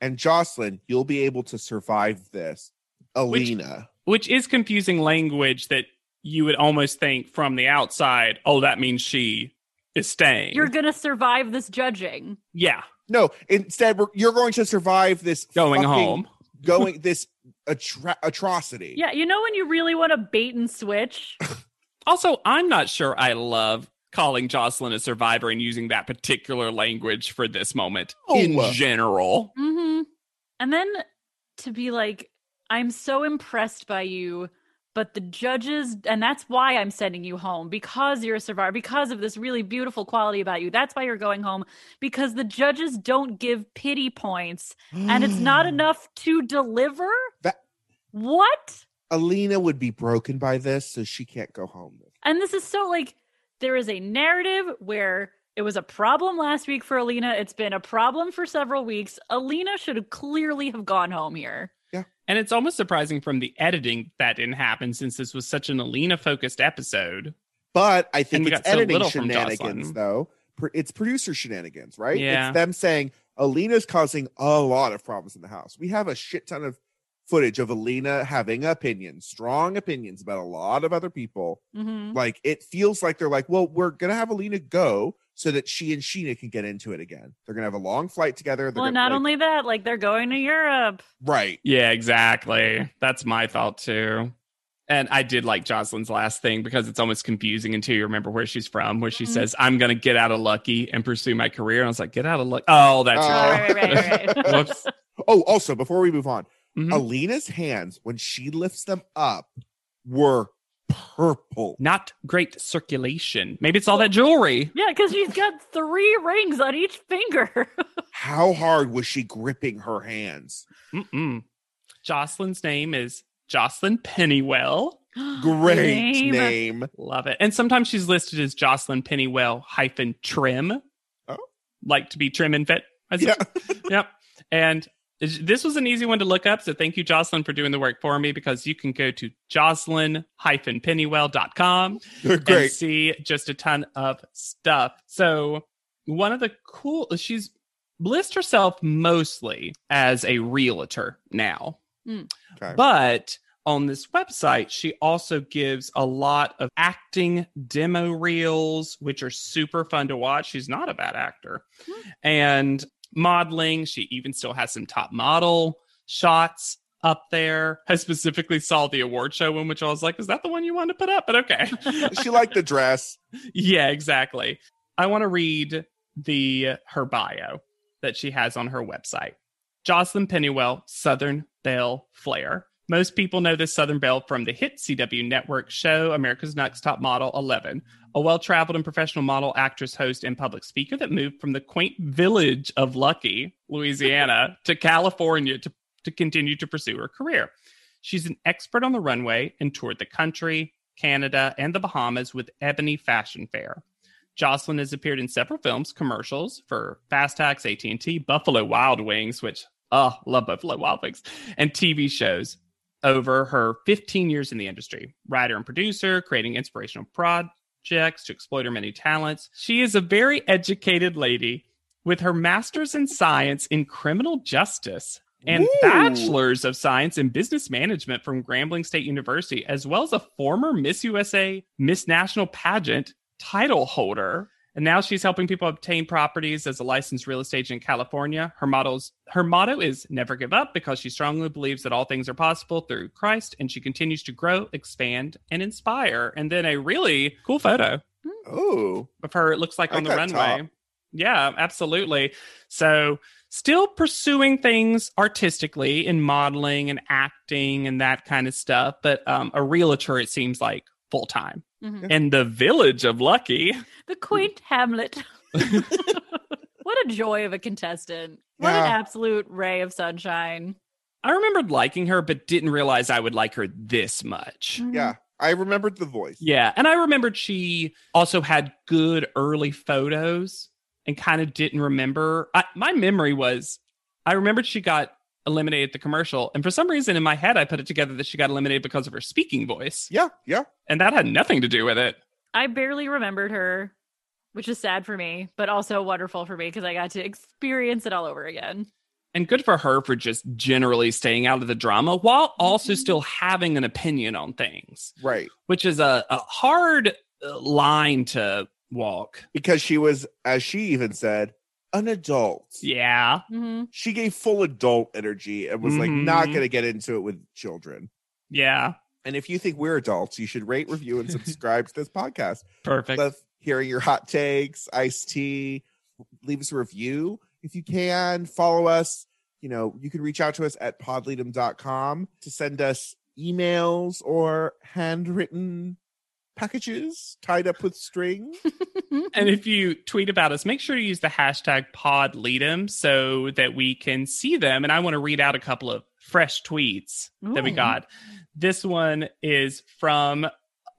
and Jocelyn, you'll be able to survive this. Alina. Which is confusing language that you would almost think from the outside, oh, that means she is staying. You're gonna survive this judging. yeah, no, instead, we're, you're going to survive this going fucking- home. going this atro- atrocity. Yeah, you know when you really want to bait and switch. Also, I'm not sure I love calling Jocelyn a survivor and using that particular language for this moment in No. general. hmm And then to be like, I'm so impressed by you, but the judges, and that's why I'm sending you home because you're a survivor, because of this really beautiful quality about you. That's why you're going home because the judges don't give pity points and it's not enough to deliver. Mm. That- what? Alina would be broken by this, so she can't go home. And this is so like there is a narrative where it was a problem last week for Alina. It's been a problem for several weeks. Alina should clearly have gone home here. And it's almost surprising from the editing that didn't happen since this was such an Alina focused episode. But I And think we it's got so editing little from shenanigans, Jocelyn. though. Pro- It's producer shenanigans, right? Yeah. It's them saying Alina's causing a lot of problems in the house. We have a shit ton of footage of Alina having opinions, strong opinions about a lot of other people. Mm-hmm. Like it feels like they're like, well, we're gonna have Alina go so that she and Sheena can get into it again. They're gonna have a long flight together. They're Well, gonna, not like- only that, like they're going to Europe. right. Yeah, exactly. That's my thought too. And I did like Jocelyn's last thing because it's almost confusing until you remember where she's from, where she Mhm. says, I'm going to get out of lucky and pursue my career. And I was like, get out of lucky. Oh, that's Oh. Oh, right, right, right, right. Whoops. Oh, also before we move on, Mhm. Alina's hands when she lifts them up were purple. Not great circulation. Maybe it's all that jewelry. yeah, because she's got three rings on each finger. How hard was she gripping her hands? Mm-mm. Jocelyn's name is Jocelyn Pennywell. Great Name. name. Love it. And sometimes she's listed as Jocelyn Pennywell hyphen trim. Oh. Like to be trim and fit. I Yeah. suppose. yep. And This was an easy one to look up. So thank you, Jocelyn, for doing the work for me because you can go to jocelyn-pennywell.com They're and great. see just a ton of stuff. So one of the cool she's lists herself mostly as a realtor now. Okay. But on this website, she also gives a lot of acting demo reels, which are super fun to watch. She's not a bad actor. And modeling, she even still has some top model shots up there. I specifically saw the award show one, which I was like, is that the one you wanted to put up? But okay. she liked the dress. yeah, exactly. I want to read the her bio that she has on her website. Jocelyn Pennywell, Southern Belle Flair. Most people know this Southern Belle from the hit CW network show America's Next Top Model 11, a well traveled and professional model, actress, host, and public speaker that moved from the quaint village of Lucky, Louisiana, to California to, to continue to pursue her career. She's an expert on the runway and toured the country, Canada, and the Bahamas with Ebony Fashion Fair. Jocelyn has appeared in several films, commercials for Fast Tax, AT and T, Buffalo Wild Wings, which oh, love Buffalo Wild Wings, and TV shows. Over her 15 years in the industry, writer and producer, creating inspirational projects to exploit her many talents, she is a very educated lady with her master's in science in criminal justice and Ooh. bachelor's of science in business management from Grambling State University, as well as a former Miss USA, Miss National pageant title holder. And now she's helping people obtain properties as a licensed real estate agent in California. Her models, her motto is never give up because she strongly believes that all things are possible through Christ, and she continues to grow, expand, and inspire. And then a really cool photo Oh, of her. It looks like I on the like that runway. top. Yeah, absolutely. So, still pursuing things artistically in modeling and acting and that kind of stuff, but um, a realtor it seems like full time Mhm. in the village of Lucky. The quaint Hamlet. what a joy of a contestant. What an Yeah. absolute ray of sunshine. I remembered liking her, but didn't realize I would like her this much. yeah. I remembered the voice. Yeah, and I remembered she also had good early photos and kind of didn't remember. I, my memory was I remembered she got eliminated at the commercial, and for some reason in my head I put it together that she got eliminated because of her speaking voice, Yeah, yeah. and that had nothing to do with it. I barely remembered her, which is sad for me, but also wonderful for me because I got to experience it all over again. And good for her for just generally staying out of the drama while also still having an opinion on things, Right. which is a, a hard uh, line to walk. Because she was, as she even said, an adult. Yeah. hmm She gave full adult energy and was like not Mhm. going to get into it with children. Yeah. And if you think we're adults, you should rate, review, and subscribe to this podcast. Perfect. Love hearing your hot takes, iced tea. Leave us a review if you can. Follow us. You know, you can reach out to us at podleadum.com to send us emails or handwritten packages tied up with string. And if you tweet about us, make sure to use the hashtag podleadem so that we can see them. And I want to read out a couple of fresh tweets that we Ooh. got. This one is from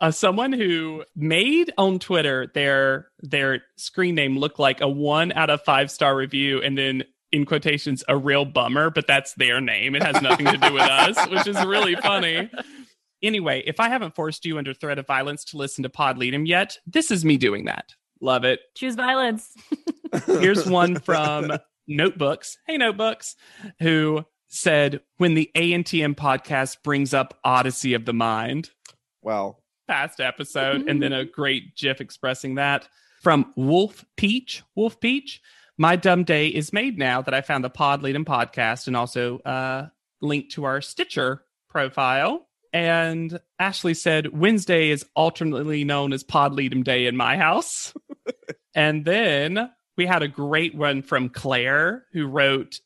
uh, someone who made on Twitter their their screen name look like a one out of five star review, and then in quotations, a real bummer. But that's their name; it has nothing to do with us, which is really funny. Anyway, if I haven't forced you under threat of violence to listen to Podleadem yet, this is me doing that. Love it. Choose violence. Here's one from Notebooks. Hey, Notebooks, who said, When the ANTM podcast brings up Odyssey of the Mind, Well, past episode, and then a great GIF expressing that from Wolf Peach. Wolf Peach, my dumb day is made now that I found the Pod Leading podcast and also uh, linked to our Stitcher profile. And Ashley said, Wednesday is alternately known as Pod Leadem Day in my house. and then we had a great one from Claire, who wrote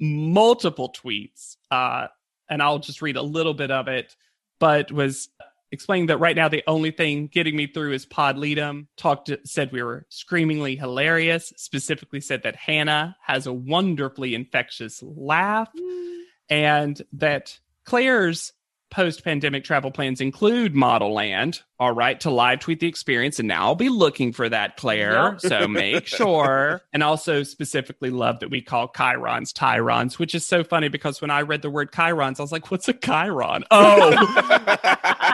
multiple tweets. Uh, and I'll just read a little bit of it, but was explaining that right now the only thing getting me through is Pod Leadum. Talked said we were screamingly hilarious. Specifically said that Hannah has a wonderfully infectious laugh, and that Claire's Post pandemic travel plans include Model Land. All right, to live tweet the experience. And now I'll be looking for that, Claire. Yep. So make sure. And also, specifically, love that we call Chirons Tyrons, which is so funny because when I read the word Chirons, I was like, what's a Chiron? Oh,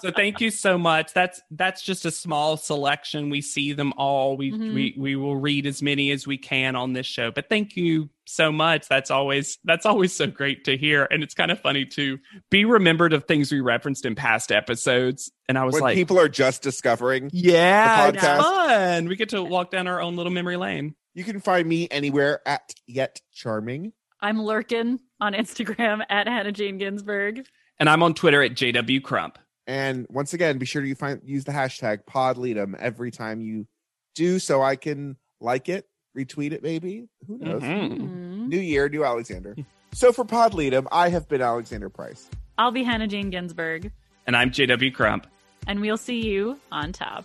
so thank you so much. That's that's just a small selection. We see them all. We Mhm. we we will read as many as we can on this show. But thank you so much. That's always that's always so great to hear. And it's kind of funny to be remembered of things we referenced in past episodes. And I was when like, people are just discovering, yeah, The it's podcast. fun. We get to walk down our own little memory lane. you can find me anywhere at Yet Charming. I'm lurking on Instagram at Hannah Jane Ginsburg. And I'm on Twitter at JW Crump. And once again, be sure you find use the hashtag podleadem every time you do so I can like it, retweet it maybe. Who knows? Mhm. Mhm. New year, new Alexander. so for podleadem, I have been Alexander Price. I'll be Hannah Jane Ginsburg, And I'm JW Crump. and we'll see you on top.